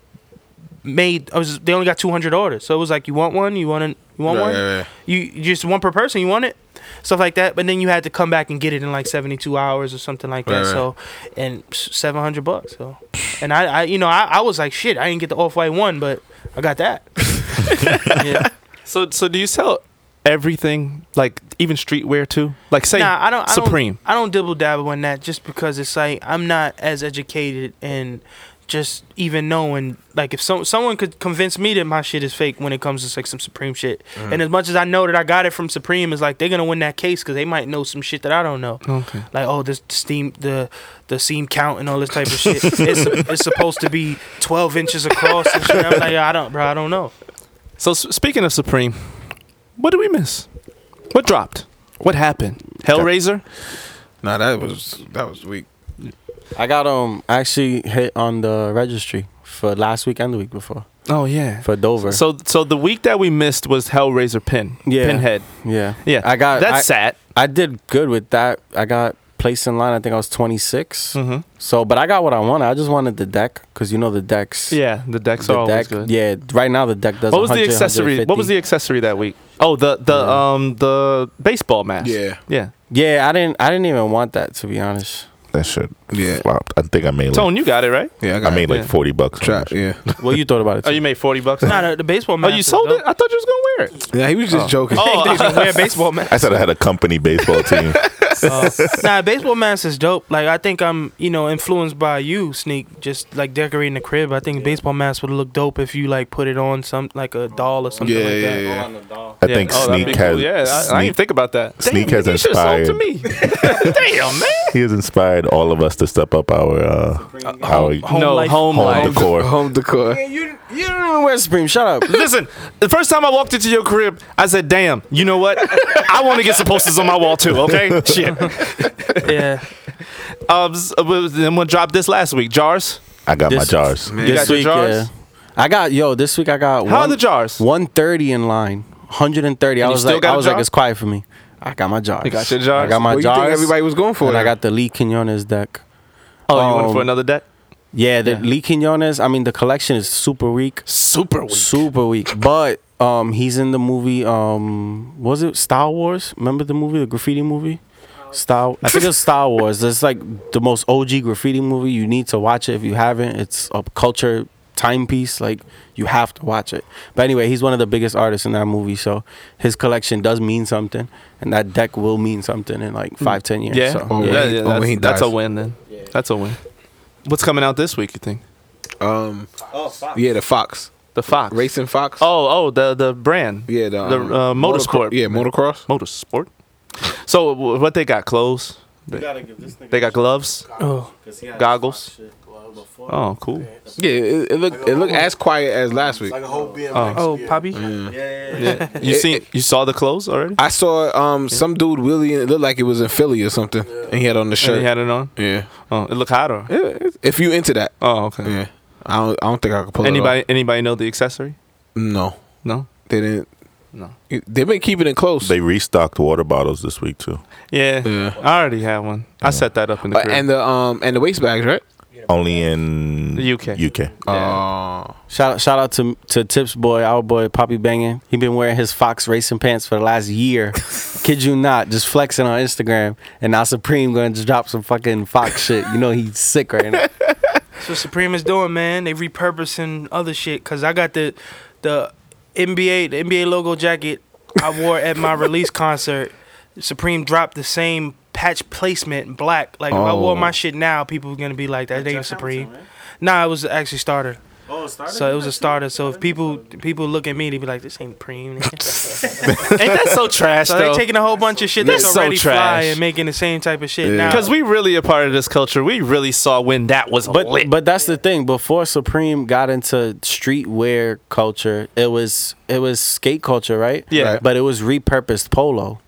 made I was they only got 200 orders. So it was like, "You want one? You want an, You want
Right,
one?
right, right.
You you just one per person. You want it?" Stuff like that, but then you had to come back and get it in like seventy two hours or something like that.
Right, right.
So, and seven hundred bucks. So, and I, I you know, I, I was like, shit, I didn't get the off white one, but I got that. yeah.
So so do you sell everything like even streetwear too? Like say
Nah, I don't. I
Supreme.
Don't, I don't dibble dabble in that just because it's like I'm not as educated and just even knowing like if some someone could convince me that my shit is fake when it comes to like some Supreme shit, and as much as I know that I got it from Supreme, is like they're gonna win that case because they might know some shit that I don't know.
Okay.
Like oh, this steam the the seam count and all this type of shit. it's, it's supposed to be 12 inches across. And shit. I'm like I don't, bro. I don't know.
So s- speaking of Supreme, what did we miss? What dropped? What happened? Hellraiser?
Nah, that was that was weak.
I got um actually hit on the registry for last week and the week before
Oh yeah.
for Dover.
So so the week that we missed was Hellraiser Pin.
Yeah.
Pinhead.
yeah,
Yeah.
I got
That's
I,
sad.
I did good with that. I got placed in line. I think I was 26.
Mm-hmm.
So, but I got what I wanted. I just wanted the deck because you know the decks.
Yeah, the decks
the
are
deck.
always good.
Yeah, right now the deck does.
What was the
100,
accessory? What was
150.
the accessory that week? Oh, the the
Yeah.
um the baseball mask.
Yeah.
Yeah.
Yeah, I didn't. I didn't even want that to be honest.
That shit
Yeah.
flopped. I think I made like,
Tone, you got it right.
Yeah, I uh,
I
got
made like
yeah.
forty bucks. on that
trap.
shit.
Yeah.
Well, you thought about it.
Oh,
Too.
you made forty bucks.
Not the baseball.
oh,
mask
you
is
sold
dope.
it? I thought you was gonna wear it.
Yeah, he was just joking.
Oh,
They just wear baseball
I
masks.
said I had a company baseball team.
Uh, nah, baseball mask is dope. Like I think I'm, you know, influenced by you, Sneak. Just like decorating the crib. I think baseball mask would look dope if you like put it on some like a doll or something
Yeah,
like
yeah,
that.
yeah.
I think
oh, that'd be
Sneak has
cool. Yeah, I, I didn't
Sneak,
think about that.
Sneak has
nigga, you should've sold to
inspired-
me. Damn, man.
he has inspired all of us to step up our uh, our
Home
no,
life-
home
home
life.
decor.
Home decor.
You, you don't even wear Supreme. Shut up. Listen, the first time I walked into your crib, I said, "Damn, you know what? I want to get some posters on my wall too." Okay, shit.
Yeah.
Um, s- uh, but then we'll drop this last week. Jars.
I got my
This-
jars.
this
got your
week,
jars?
yeah. I got yo. This week I got
How are
one,
the jars?
130 in line. 130. I
you
was
still
like,
got
I
a
was
jar?
like, it's quiet for me. I got my jars.
You got your jars?
I got my
What you
jars.
think everybody was going for?
and I
then?
got the Lee Quinones deck.
Oh, you want
Um,
for another deck?
Yeah, the Lee Quinones. I mean, the collection is super weak,
Super weak.
super weak. But um, he's in the movie. Um, was it Star Wars? Remember the movie, the graffiti movie? Star. I think it's Star Wars. It's like the most OG graffiti movie. You need to watch it if you haven't. It's a culture timepiece. Like you have to watch it. But anyway, he's one of the biggest artists in that movie, so his collection does mean something, and that deck will mean something in like
Mm.
five, ten years.
Yeah,
So,
Oh,
yeah,
when he-
yeah,
oh,
that's,
when he
that's a
dies.
win then. That's a win. What's coming out this week? You think
um. Yeah, the Fox
the Fox
racing Fox.
Oh, oh, the the brand.
yeah, the, um,
the, uh, motorsport.
Yeah, motocross.
motorsport. So w- what they got? Clothes. They, they got gloves,
Oh.
goggles. Oh, cool.
Yeah, it, it looked it looked as quiet as last week.
Oh, Poppy.
You seen? You saw the clothes already?
I saw um some dude Willie and it looked like it was in Philly or something, and he had on the
Sure.
shirt.
You had it on.
yeah,
Oh, it looked hotter.
if you into that,
Oh, okay.
yeah. I don't, I don't think I could pull it off.
Anybody? Anybody know the accessory?
No,
No.
they didn't.
No.
they've been keeping it close.
They restocked water bottles this week too.
Yeah.
Yeah.
I already had one. I set that up in the
Uh,
crib.
and the um and the waste bags, right?
Only in
The UK.
UK.
yeah.
Oh,
Shout shout out to to Tips boy, our boy Poppy Bangin. He been wearing his Fox racing pants for the last year. Kid you not, just flexing on Instagram. And now Supreme gonna just drop some fucking Fox shit. You know he's sick right now.
That's what Supreme is doing, man. They repurposing other shit. Cause I got the the NBA the NBA logo jacket I wore at my release concert. Supreme dropped the same patch placement in black. Like if I wore
Oh.
my shit now, people are gonna be like, "That ain't Supreme." Nah, it was actually starter. Oh, starter. So it was a starter. So if people people look at me, they be like, "This ain't Supreme."
Ain't that so trash
so
though?
they taking a whole bunch of shit
That's
that's,
so
already fly
trash.
and making the same type of shit now.
Because we really a part of this culture. We really saw when that was
But
lit.
but that's the thing. Before Supreme got into streetwear culture, it was it was skate culture, right?
Yeah. Right.
But it was repurposed polo.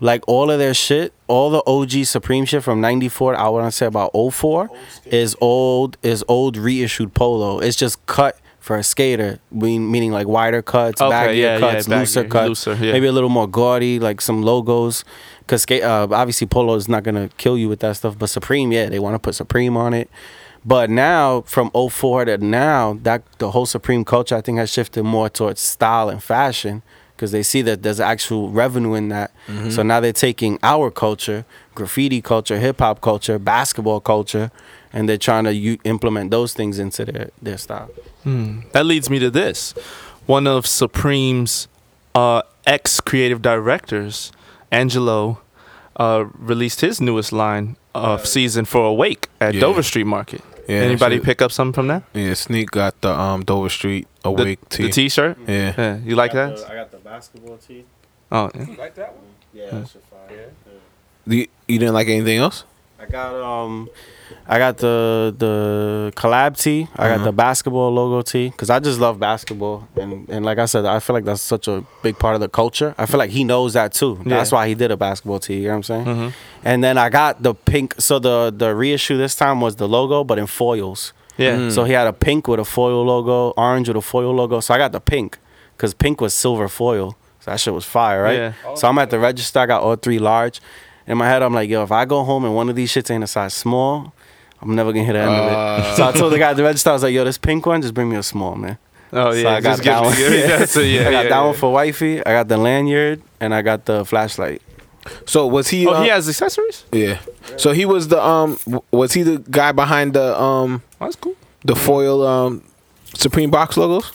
Like all of their shit, all the OG Supreme shit from '94, I want to say about 04, is old is old reissued polo. It's just cut for a skater, mean, meaning like wider cuts,
Okay,
baggier
yeah, yeah,
cuts,
baggier,
looser cuts,
looser, yeah.
maybe a little more gaudy, like some logos. Cause skate, uh, obviously polo is not gonna kill you with that stuff, but Supreme, yeah, they want to put Supreme on it. But now, from 04 to now, that the whole Supreme culture, I think, has shifted more towards style and fashion because they see that there's actual revenue in that. So now they're taking our culture, graffiti culture, hip hop culture, basketball culture, and they're trying to u- implement those things into their their style.
That leads me to this. One of Supreme's uh, ex creative directors, Angelo, uh, released his newest line of season for Awake at
Yeah.
Dover Street Market.
Yeah,
Anybody
shit.
pick up something from that?
yeah. Sneak got the um Dover Street
The-
awake
the,
tee.
T-shirt.
Yeah.
Yeah, you like that?
got the basketball tee.
oh, yeah.
Like that one? Yeah, that's fire.
Do You, you didn't like anything else?
I got um, I got the the collab tee. I got the basketball logo tee because I just love basketball and and like I said, I feel like that's such a big part of the culture. I feel like he knows that too. That's
Yeah.
why he did a basketball tee. You know what I'm saying? And then I got the pink. So the the reissue this time was the logo, but in foils.
Yeah. Mm.
So he had a pink with a foil logo, orange with a foil logo. So I got the pink because pink was silver foil. So that shit was fire, right?
Yeah.
So I'm at the register. I got all three large. In my head, I'm like, yo, if I go home and one of these shits ain't a size small, I'm never gonna hit the end of it. So I told the guy at the register, I was like, yo, this pink one, just bring me a small, man.
Oh
So
yeah.
I got
just
that
give
one.
me- that's it, yeah,
I got
yeah,
that
yeah.
one for wifey. I got the lanyard and I got the flashlight.
So was he?
Oh,
uh,
he has accessories.
yeah. So he was the um w- was he the guy behind the um
Oh, that's cool.
the foil um Supreme box logos?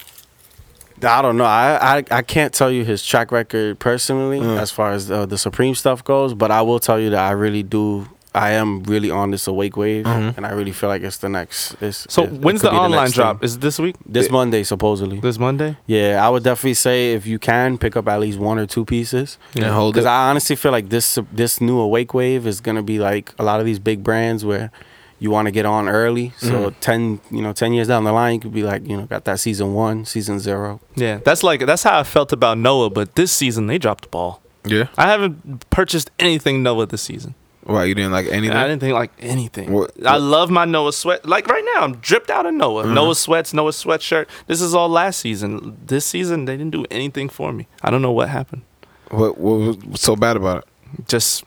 I don't know. I, I I can't tell you his track record personally as far as uh, the Supreme stuff goes, but I will tell you that I really do. I am really on this awake wave, and I really feel like it's the next. It's,
So
it- it
when's
could
the
be
online
next
drop?
thing.
Is it this week?
This Monday, supposedly.
This Monday?
Yeah, I would definitely say if you can pick up at least one or two pieces.
Yeah, hold
Because
it.
I honestly feel like this this new awake wave is gonna be like a lot of these big brands where you want to get on early. So
Mm-hmm.
ten you know ten years down the line, you could be like you know got that season one, season zero.
Yeah. That's like that's how I felt about Noah, but this season they dropped the ball.
Yeah.
I haven't purchased anything Noah this season.
Why you didn't like anything?
I didn't think like anything.
What- Mm-hmm.
I love my Noah sweat. Like right now, I'm dripped out of Noah. Noah sweats, Noah sweatshirt. This is all last season. This season, they didn't do anything for me. I don't know what happened.
What, what was so bad about it?
Just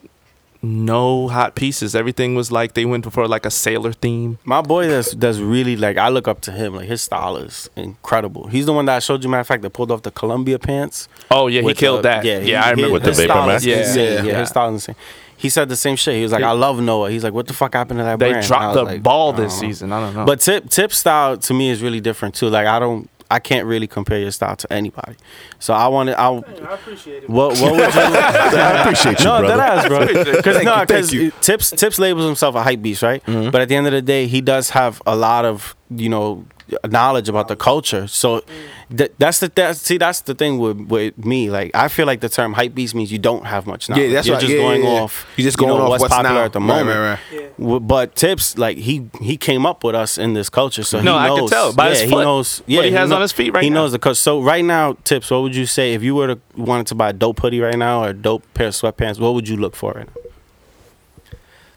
no hot pieces. Everything was like they went for like a sailor theme.
My boy, that's that's really like I look up to him. Like his style is incredible. He's the one that I showed you. Matter of fact, that pulled off the Columbia pants.
Oh yeah, he
with
killed
the-
that. Yeah,
he-
I
his-
remember
With the
his
Vapor
style
Max?
is insane.
Yeah,
Yeah,
yeah.
his style is insane. He said the same shit. He was like, "I love Noah." He's like, "What the fuck happened to that?"
They
brand?" I
dropped
was
the
like,
ball
"I don't
this
know."
season. I don't know.
But tip tip style to me is really different too. Like I don't, I can't really compare your style to anybody. So I wanted, I
I appreciate it.
what what would you?
I appreciate you,
no,
brother.
that ass, bro. Because no,
you, thank
because
you.
tips tips labels himself a hype beast, right? But at the end of the day, he does have a lot of you know knowledge about the culture. So th- that's the that's, see that's the thing with with me. Like I feel like the term hype beast means you don't have much knowledge.
that's
You're
right.
just
Yeah, yeah,
going
yeah.
off.
You're just
you
going
know,
off what's
popular
now.
at the
Right, right,
moment.
right.
W- But tips like he he came up with us in this culture, so
No,
he
I
knows.
could tell by
yeah,
his
He
foot,
knows
what
yeah,
he has on his feet right
He
now.
knows the coach. So right now, tips. What would you say if you were to wanted to buy a dope hoodie right now or a dope pair of sweatpants? What would you look for right now?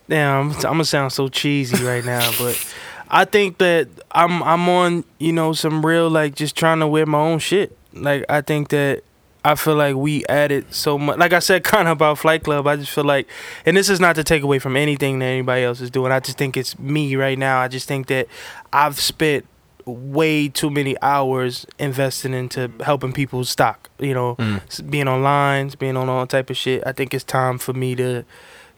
Damn, I'm, I'm gonna sound so cheesy right now, but I think that I'm I'm on you know some real like just trying to wear my own shit. Like I think that I feel like we added so much. Like I said, kind of about Flight Club. I just feel like, and this is not to take away from anything that anybody else is doing. I just think it's me right now. I just think that I've spent way too many hours investing into helping people stock. You know,
Mm.
s- being on lines, being on all type of shit. I think it's time for me to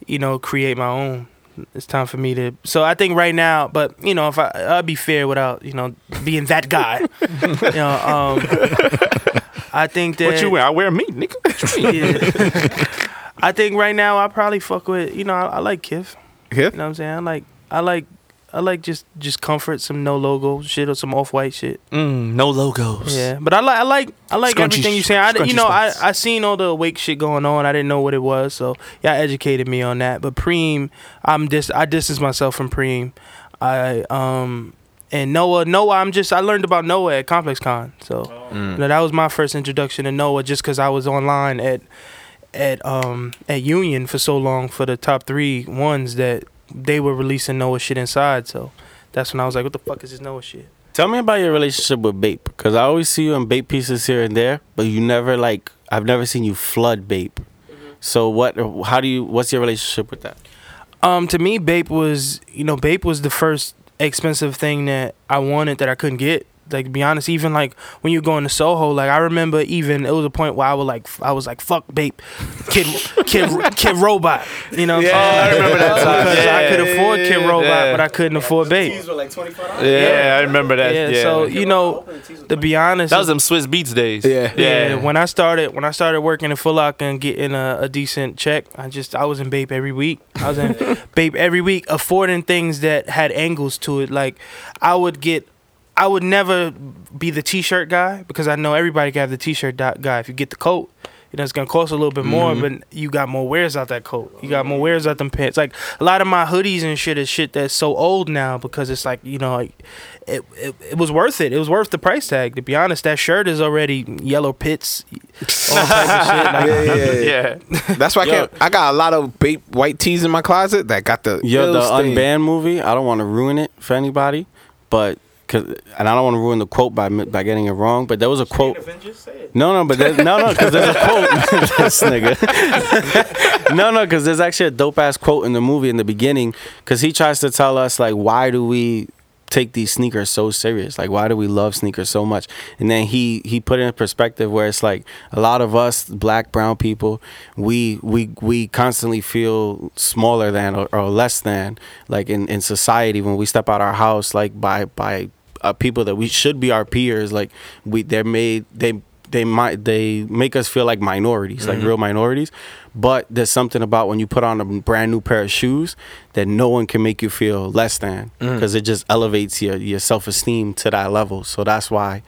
you know, create my own. It's time for me to. So I think right now, but you know, if I I'll be fair without you know being that guy. you know, um, I think that
what you wear? I wear me, nigga. What you mean?
Yeah. I think right now I probably fuck with you know I, I like Kif.
Kif?
You know what I'm saying? I like I like I like just just comfort some no logo shit or some off white shit.
Mm, no logos.
Yeah, but I like I like I like
Scrunchy-
everything you saying. I,
scrunchy
you know, I,
spots.
I seen all the awake shit going on. I didn't know what it was, so y'all educated me on that. But Preem, I'm dis I distance myself from Preem. I um and Noah Noah I'm just I learned about Noah at Complex Con, so you know, that was my first introduction to Noah just because I was online at at um at Union for so long for the top three ones that they were releasing Noah shit inside. So that's when I was like, what the fuck is this Noah shit?
Tell me about your relationship with Bape, because I always see you in Bape pieces here and there, but you never like I've never seen you flood Bape. So what? How do you? What's your relationship with that?
Um, to me, Bape was you know Bape was the first expensive thing that I wanted that I couldn't get. Like to be honest, even like when you going to Soho, like I remember even it was a point where I was like f- I was like fuck Bape, kid kid kid robot. You know, what I'm saying?
I remember that time.
because I
Yeah,
could afford
yeah,
kid robot,
yeah.
but I couldn't afford Bape.
Yeah, I remember that.
Yeah,
Yeah,
so you know, to be honest,
that was them Swiss Beats days.
Yeah.
yeah. When I started, when I started working in Foot Locker and getting a, a decent check, I just I was in Bape every week. I was in Bape every week, affording things that had angles to it. Like I would get, I would never be the T-shirt guy because I know everybody can have the T-shirt di- guy. If you get the coat. You know, it's gonna cost a little bit more, but you got more wears out that coat. You got more wears out them pants. Like a lot of my hoodies and shit is shit that's so old now because it's like you know, like it, it, it was worth it. It was worth the price tag. To be honest, that shirt is already yellow pits, all type of shit. Like,
Yeah, yeah, yeah.
yeah.
That's why I can't. I got a lot of ba- white tees in my closet that got the.
Yo, the
ill stain.
unbanned movie. I don't want to ruin it for anybody, but cause, and I don't want to ruin the quote by mi- by getting it wrong. But there was a quote. No, no, but there's, no, no, because there's a quote. this nigga. no, no, because there's actually a dope ass quote in the movie in the beginning because he tries to tell us like why do we take these sneakers so serious? Like why do we love sneakers so much? And then he he put it in perspective where it's like a lot of us black brown people we we we constantly feel smaller than or, or less than like in in society when we step out our house like by by uh, people that we should be our peers. Like we, they're made they they might they make us feel like minorities, like
Mm-hmm.
real minorities. But there's something about when you put on a brand new pair of shoes that no one can make you feel less than
Mm.
because it just elevates your your self esteem to that level. So that's why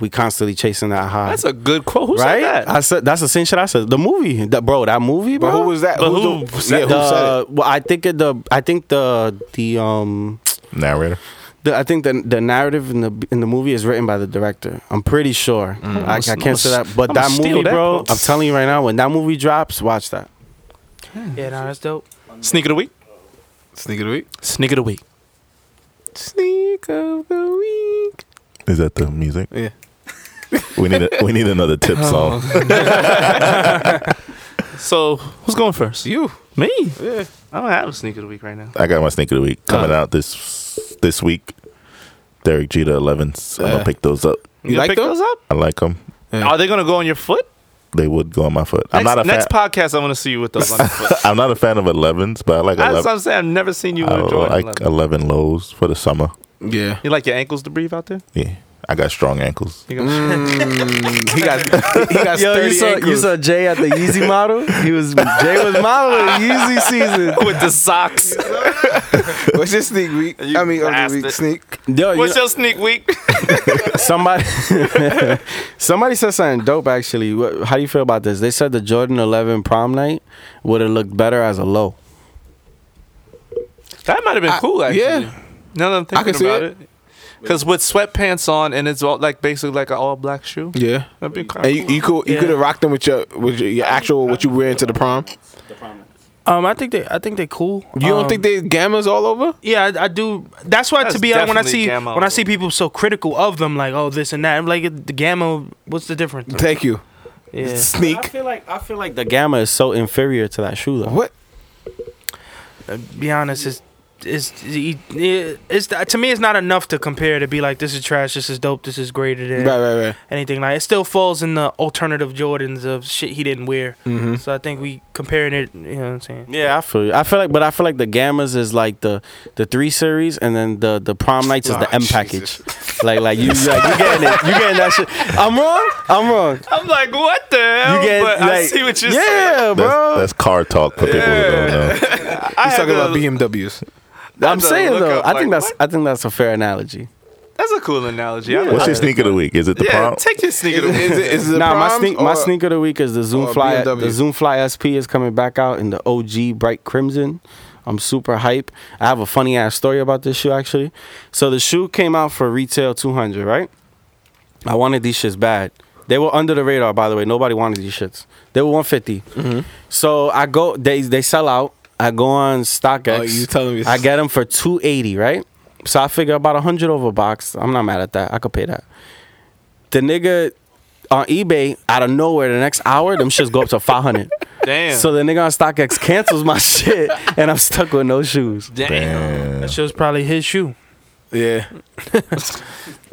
we constantly chasing that high.
That's a good quote. Who
right?
said that?
I said that's the same shit I said. The movie, the, bro, that movie, bro.
But who was that?
But
Who's
who
the-
said
yeah, who said
The-
it?
well, I think it the I think the the um
Narrator.
the, I think the the narrative in the in the movie is written by the director. I'm pretty sure.
Mm.
I, I
I'ma-
can't say that, but
I'ma
that
steal
movie,
that
bro.
quote.
I'm telling you right now, when that movie drops, watch that.
Yeah, nah, that's dope.
Sneak of the week.
Sneak of the week.
Sneak of the week.
Sneak of the week.
Is that the music?
Yeah.
We need a, we need another tip song.
So who's going first?
You.
Me.
Yeah.
I don't have a sneak of the week right now.
I got my sneak of the week coming out this this week. Derek Jeter 11s. I'm
Uh.
gonna pick those up.
You
gonna
like
pick
those?
those up?
I like them.
Yeah.
Are they gonna go on your foot?
They would go on my foot. I'm
next,
not a fan.
next podcast. I want to see you with those on your foot.
I'm not a fan of 11s, but I like
That's what
11.
I'm saying. I've never seen you
Oh, I
with a Jordan.
like
11.
11 lows for the summer.
Yeah.
You like your ankles to breathe out there?
Yeah, I got strong ankles.
You got-
He got he got
Yo, you
sturdy
saw, you
ankles.
saw Jay at the Yeezy model. He was Jay was modeling Yeezy season.
with the socks.
What's your sneak week?
You
I mean, of the
bastard.
week sneak.
Yo, you
What's
know-
your sneak week?
somebody somebody said something dope actually. Wha- How do you feel about this? They said the Jordan 11 prom night would have looked better as a low.
that might have been
I-
cool. Actually.
yeah.
Now that I'm thinking
I can see
about
it.
it. Cause with sweatpants on and it's all like basically like an all black shoe.
Yeah.
That'd be kind
And
of
you, you could you
Yeah.
could have rocked them with your with your, your actual what you wear into the prom.
Um, I think they, I think they cool.
You don't
Um,
think they gammas all over?
Yeah, I, I do. That's why,
That's
to be honest, when I
definitely
see
gamma
when I
over.
see people so critical of them, like oh this and that, I'm like the gamma. What's the difference?
Thank you.
Yeah.
Sneak.
feel like I feel like the gamma is so inferior to that shoe though.
What?
uh, be honest, it's it's it's to me it's not enough to compare to be like this is trash, this is dope, this is greater than
Right, right, right.
anything like. It still falls in the alternative Jordans of shit he didn't wear.
Mm-hmm.
So I think we comparing it. You know what I'm saying?
Yeah, I feel you. I feel like, but I feel like the gammas is like the the three series, and then the the prom nights is the
Ah,
M
Jesus.
package. Like like you like you getting it, you getting that shit. I'm wrong. I'm wrong.
I'm like, what the hell?
You get
but
like
I see what you're
yeah,
saying.
That's,
bro.
that's car talk for people who don't know.
I
He's
had
talking
to-
about BMWs.
I'm
had to
saying
look
though,
up,
I think
like,
that's I think that's a fair analogy.
That's a cool analogy. I
What's
like
your
it.
sneak of the week? Is it the
Yeah,
prom?
take your sneak
Is
of
it,
the Oh, week.
is it, is it the
Nah, my
proms
sneak my
or-
sneak of the week is the Zoom
or
Fly.
BMW?
The Zoom Fly SP is coming back out in the OG bright crimson. I'm super hype. I have a funny ass story about this shoe actually. So the shoe came out for retail 200, right? I wanted these shits bad. They were under the radar, by the way. Nobody wanted these shits. They were 150.
Mm-hmm.
So I go. They they sell out. I go on StockX.
Oh, you telling me?
I get them for 280, right? So I figure about 100 over a box. I'm not mad at that. I could pay that. The nigga on eBay, out of nowhere, the next hour, them shits go up to 500.
Damn.
So the nigga on StockX cancels my shit, and I'm stuck with no shoes.
Damn.
That shit was probably his shoe.
Yeah.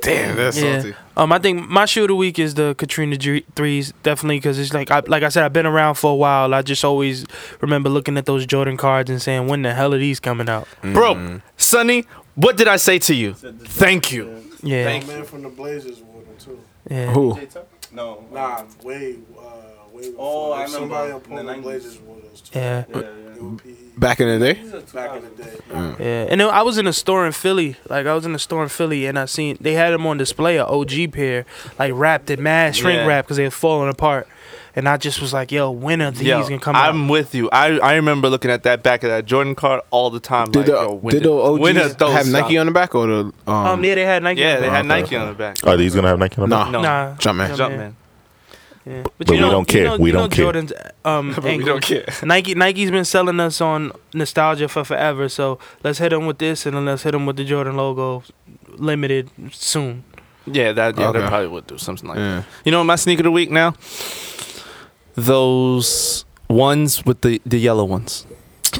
Damn, that's
Yeah.
salty.
Um, I think my shoe of the week is the Katrina G- threes, definitely, because it's like, I, like I said, I've been around for a while. I just always remember looking at those Jordan cards and saying, "When the hell are these coming out?"
Bro, Sonny, what did I say to you? Thank you.
Yeah,
man from the Blazers wore them too.
yeah.
Who?
No, nah, way, uh, way before.
Oh, I
Somebody
remember.
on Portland
In the 90s.
Blazers wore those too.
Yeah.
It would be
Back in the day.
back in the day.
Yeah, and then I was in a store in Philly. Like I was in a store in Philly, and I seen they had them on display, a OG pair, like wrapped in mad shrink
Yeah.
wrap 'cause wrap because they were falling apart. And I just was like, "Yo, when are these
Yo,
gonna come out?"
I'm with you. I, I remember looking at that back of that Jordan card all the time.
Did
like,
the,
yo, when
did the OGs
when did those
have Nike
stop?
on the back or the um?
Um, yeah, they had Nike.
Yeah, they had
Okay.
Nike on the back.
Are these gonna have Nike on them?
Nah.
No.
Nah,
Jumpman.
Jumpman.
Jumpman.
Yeah.
But we don't care. We don't care.
Jordan's um,
We
ankles.
don't care.
Nike Nike's been selling us on nostalgia for forever. So let's hit them with this, and then let's hit them with the Jordan logo, limited soon.
Yeah, that yeah,
Okay.
they probably would do something like
Yeah.
that. You know, my sneak of the week now. Those ones with the the yellow ones.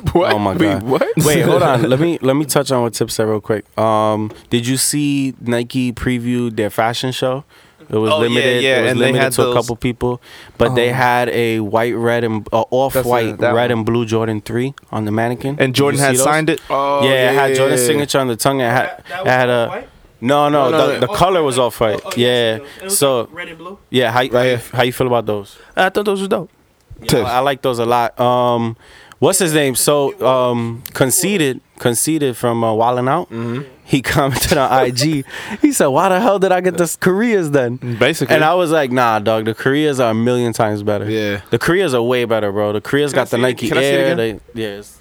What?
Oh my
Wait,
God.
What?
Wait, hold on. Let me let me touch on what Tip said real quick. Um, did you see Nike previewed their fashion show? It was
Oh, yeah,
limited.
yeah,
It was
and they
limited
had
to
those- Oh.
a couple people, but they had a white, red, and uh, off-white,
that
red
one.
and blue Jordan three on the mannequin.
And Jordan had signed it.
Oh,
yeah, it had Jordan's
yeah.
signature on the tongue. It had, it had a. No, no,
No, no,
the,
no.
the color was off
Oh,
white. yeah. so
red and blue.
yeah, how
Right here.
how you feel about those?
I thought those was dope.
Yeah, I like those a lot. Um, what's his name? So um, conceded, conceded from uh, Wildin' Out. He commented on IG. He said, "Why the hell did I get this Koreas then?"
Basically.
And I was like, "Nah, dog. The Koreas are a million times better.
Yeah.
the Koreas are way better, bro. The Koreas got the
see it?
Nike
Can I see it
Air.
again?
They, yeah, it's-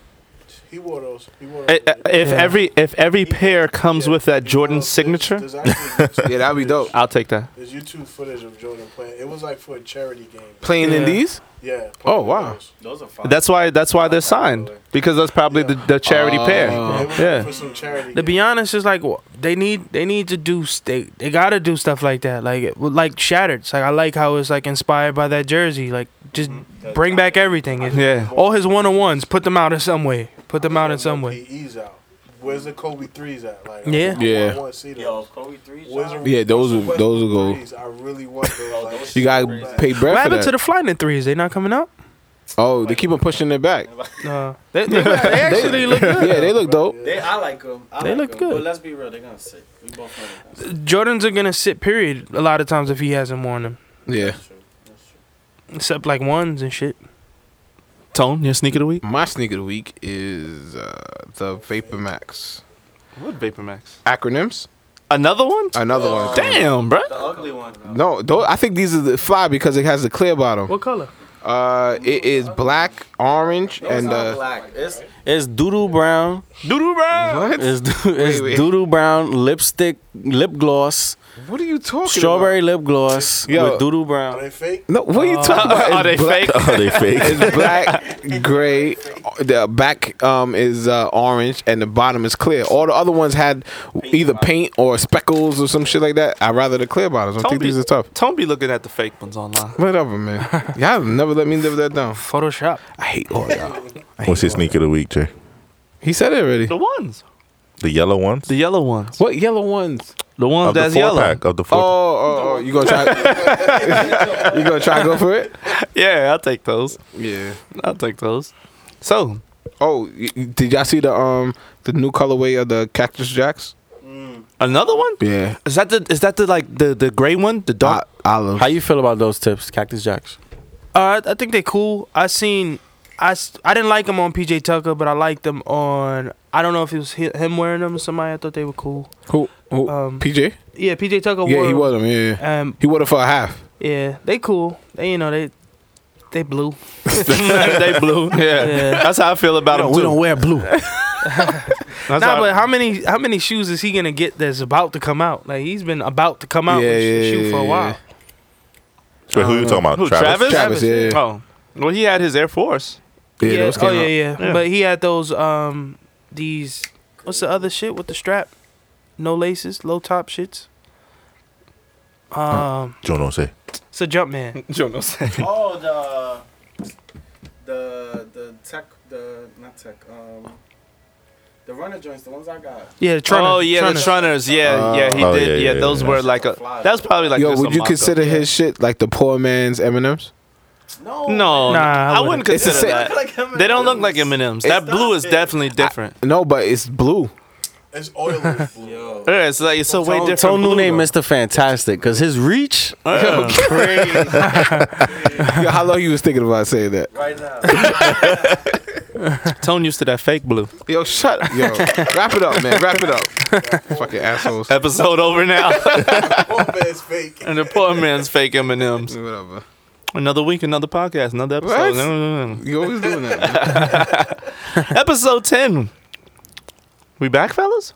He wore those. He wore
I-
those.
I- Uh, if
Yeah.
every if every pair comes with that Jordan signature,
There's actually-
Yeah, that'd be dope.
I'll take that.
There's YouTube footage of Jordan playing. It was like for a charity game.
Playing in
Yeah.
these?
Yeah.
Oh, wow.
those are fine.
That's why that's why they're signed because that's probably the, the charity
Oh.
pair.
It was
Yeah.
for some charity.
To be honest, it's like wh- they need they need to do s- they they gotta do stuff like that. Like it- like shattered. It's like I like how it's like inspired by that jersey. Like just
Mm-hmm.
bring back everything. It-
Yeah.
All his one on ones, put them out in some way. Put them out in some way.
PE's out. Where's the Kobe threes at? Like,
Yeah.
I,
Yeah.
I want to see those. Where's the-
Yeah, those
where's
will-
the
those will go.
threes? I really want those. Like,
You gotta pay
What
bread for
happened to
that.
the Flying threes? They not coming out?
Oh, they keep on pushing it back.
No. They, they, they actually look good.
Yeah, they look dope.
They, I like them. I
They
like
look
'em,
good.
But let's be real, they're gonna sit. We both know they're gonna sit.
Jordans are gonna sit period a lot of times if he hasn't worn them.
Yeah.
Except like ones and shit.
Tone, your sneaker of the week.
My sneaker of the week is uh, the Vapor Max.
What Vapor Max?
Acronyms.
Another one?
Another
Oh.
one.
Damn, bro.
The ugly one.
No, tho- I think these are the fly because it has the clear bottom.
What color?
Uh, it is black, orange, and uh,
black. It's it's doodle brown.
Doodoo, bro.
what?
It's doo- it's
wait.
doodoo brown lipstick, lip gloss,
What are you talking?
strawberry lip gloss
Yo.
with doodoo
are
brown.
they fake?
About? No, what are you talking about?
Are they
It's black,
fake?
Oh, they fake.
It's black, gray. The back um is uh, orange, and the bottom is clear. All the other ones had either paint or speckles or some shit like that. I rather the clear bottoms. I think
Toby.
these are tough.
Tone be looking at the fake ones online.
Whatever, man. Y'all never let me live that down.
Photoshop.
I hate all y'all.
What's your sneaker of the week, Jay?
He said it already.
The ones.
The yellow ones.
The yellow ones.
What yellow ones?
The ones
of the
that's
four
yellow.
pack of the
Oh,
four.
oh, oh, you gonna try? you gonna try to go for it?
Yeah, I'll take those.
Yeah.
I'll take those. So,
Oh, y- y- did y'all see the um the new colorway of the Cactus Jacks?
another one?
Yeah.
Is that the is that the like the the gray one? The dark
olive.
How you feel about those tips, Cactus Jacks?
Uh, I I think they cool. I seen, I, s- I didn't like them on PJ Tucker, but I liked them on. I don't know if it was hi- him wearing them or somebody. I thought they were cool.
who? who
Um,
PJ?
yeah, PJ Tucker.
Yeah,
wore
he
'em.
wore them. Yeah,
Um,
he wore them for a half.
yeah, they cool. They you know they, they blue.
they blue. Uh, Yeah.
Yeah.
That's how I feel about them too.
wear blue.
That's
nah,
how-
but how many how many shoes is he gonna get that's about to come out? Like he's been about to come out
Yeah,
with sh-
yeah,
shoe for a
yeah,
while.
yeah.
Wait, who you talking about?
Who,
Travis?
Travis?
Travis, yeah, yeah.
Oh. Well, he had his Air Force.
yeah,
Yeah,
those
oh
came
yeah,
out.
yeah,
Yeah.
But he had those um these what's the other shit with the strap? No laces, low top shits. Um
Joe don't say.
it's a jump man.
Oh, the the the tech the not tech um the runner joints, the ones I got.
Yeah, the Trunner.
oh yeah, the
Trunner.
Trunners. Uh, Yeah,
Oh.
yeah, he
Oh,
did.
yeah,
Yeah,
yeah,
those
yeah.
were like a. That was probably like.
Yo,
just
would
a
you
mock-up.
consider his shit like the poor man's Eminem's?
No,
No,
Nah, I
I wouldn't
wouldn't.
It's the
consider
same-
that. They don't look like M&Ms. That blue is definitely different.
No, but it's blue.
It's oily. Blue.
Yeah, it's like it's a way
Tone,
different.
Tone
blue,
Nune,
though.
Mr. Fantastic, because his reach.
Uh,
Yo, how long you was thinking about saying that?
Tone used to that fake blue.
Yo, shut. Yo, wrap it up, man. Wrap it up. Fucking assholes.
Episode over now.
Poor man's fake.
and the poor man's fake M&Ms.
Whatever.
Another week, another podcast, another episode. No, no, no, no.
You always doing that. man.
episode ten. We back, fellas.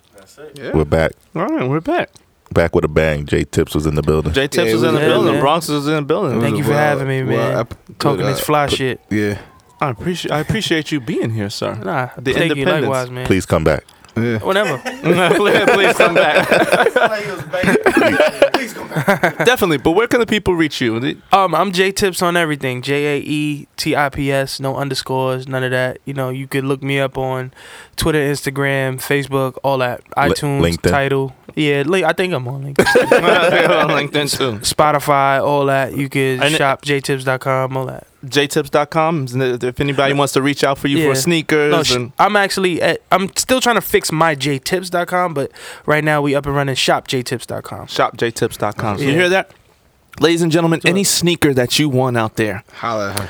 We're back.
All right, we're back.
Back with a bang. Jay Tips was in the building.
J Tips
Yeah,
was
we
in the
back,
building.
man.
Bronx was in the building.
Thank you for
Well,
having me,
well,
man.
ep-
Talking
good,
this
uh,
fly shit.
Yeah.
I appreciate I appreciate you being here,
uh-huh.
sir.
Nah,
The
thank you
independence.
likewise, man.
Please come back.
Yeah.
Whenever.
please, please come back. Definitely. But where can the people reach you? The-
Um, I'm J Tips on everything. J A E T I P S. No underscores, none of that. You know, you could look me up on Twitter, Instagram, Facebook, all that. iTunes,
LinkedIn.
title. Yeah, li- I think I'm on LinkedIn.
on LinkedIn too.
Spotify, all that. You could
And-
shop jtips.com, all that.
jtips.com if anybody wants to reach out for you
Yeah.
for sneakers
No, sh-
and
I'm actually at, I'm still trying to fix my jtips.com, but right now we up and running shopjtips.com.
shopjtips.com. So
Yeah.
You hear that? Ladies and gentlemen, any sneaker that you want out there,
Holla at her.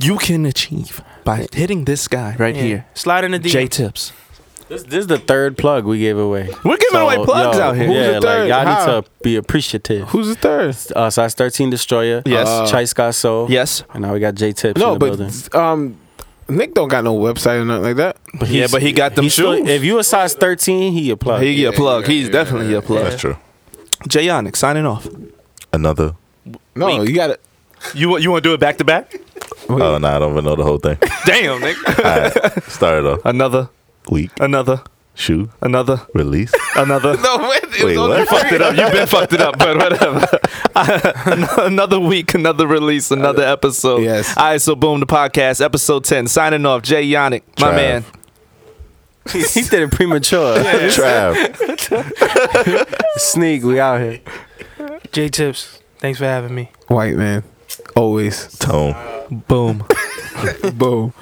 you can achieve by hitting this guy right
Yeah.
here.
Slide in the DM.
J Tips.
This, this is the third plug we gave away.
We're giving away plugs out here.
Yeah,
Who's the
third?
like y'all
How?
need to be appreciative.
Who's the third?
Uh, size 13 Destroyer.
Yes.
Uh, Chice got sold.
Yes.
And now we got J Tips in
No,
the building.
but um, Nick don't got no website or nothing like that.
But
Yeah,
he's-
but he got them
he's still-
shoes.
if you a size 13, he a plug.
He a plug.
yeah,
He's
yeah,
definitely a plug.
That's true.
Jayonic signing off.
Another.
No, you got it.
You want you want to do it back to back?
Oh no, I don't even know the whole thing.
Damn, nigga.
All right, start it off.
another,
Week
another,
shoe
another,
release.
another.
No, wait, it's
Wait,
on the
what?
fucking-
fucked it up. You've been fucked it up, but whatever. another week, another release, another episode.
Yes.
All right, so boom, the podcast, episode 10. Signing off, Jay Yannick, my
Trav.
man.
he did it premature.
Trav.
Sneak, we out here.
Jtips. Thanks for having me.
White man, always
Tone.
Boom.
boom.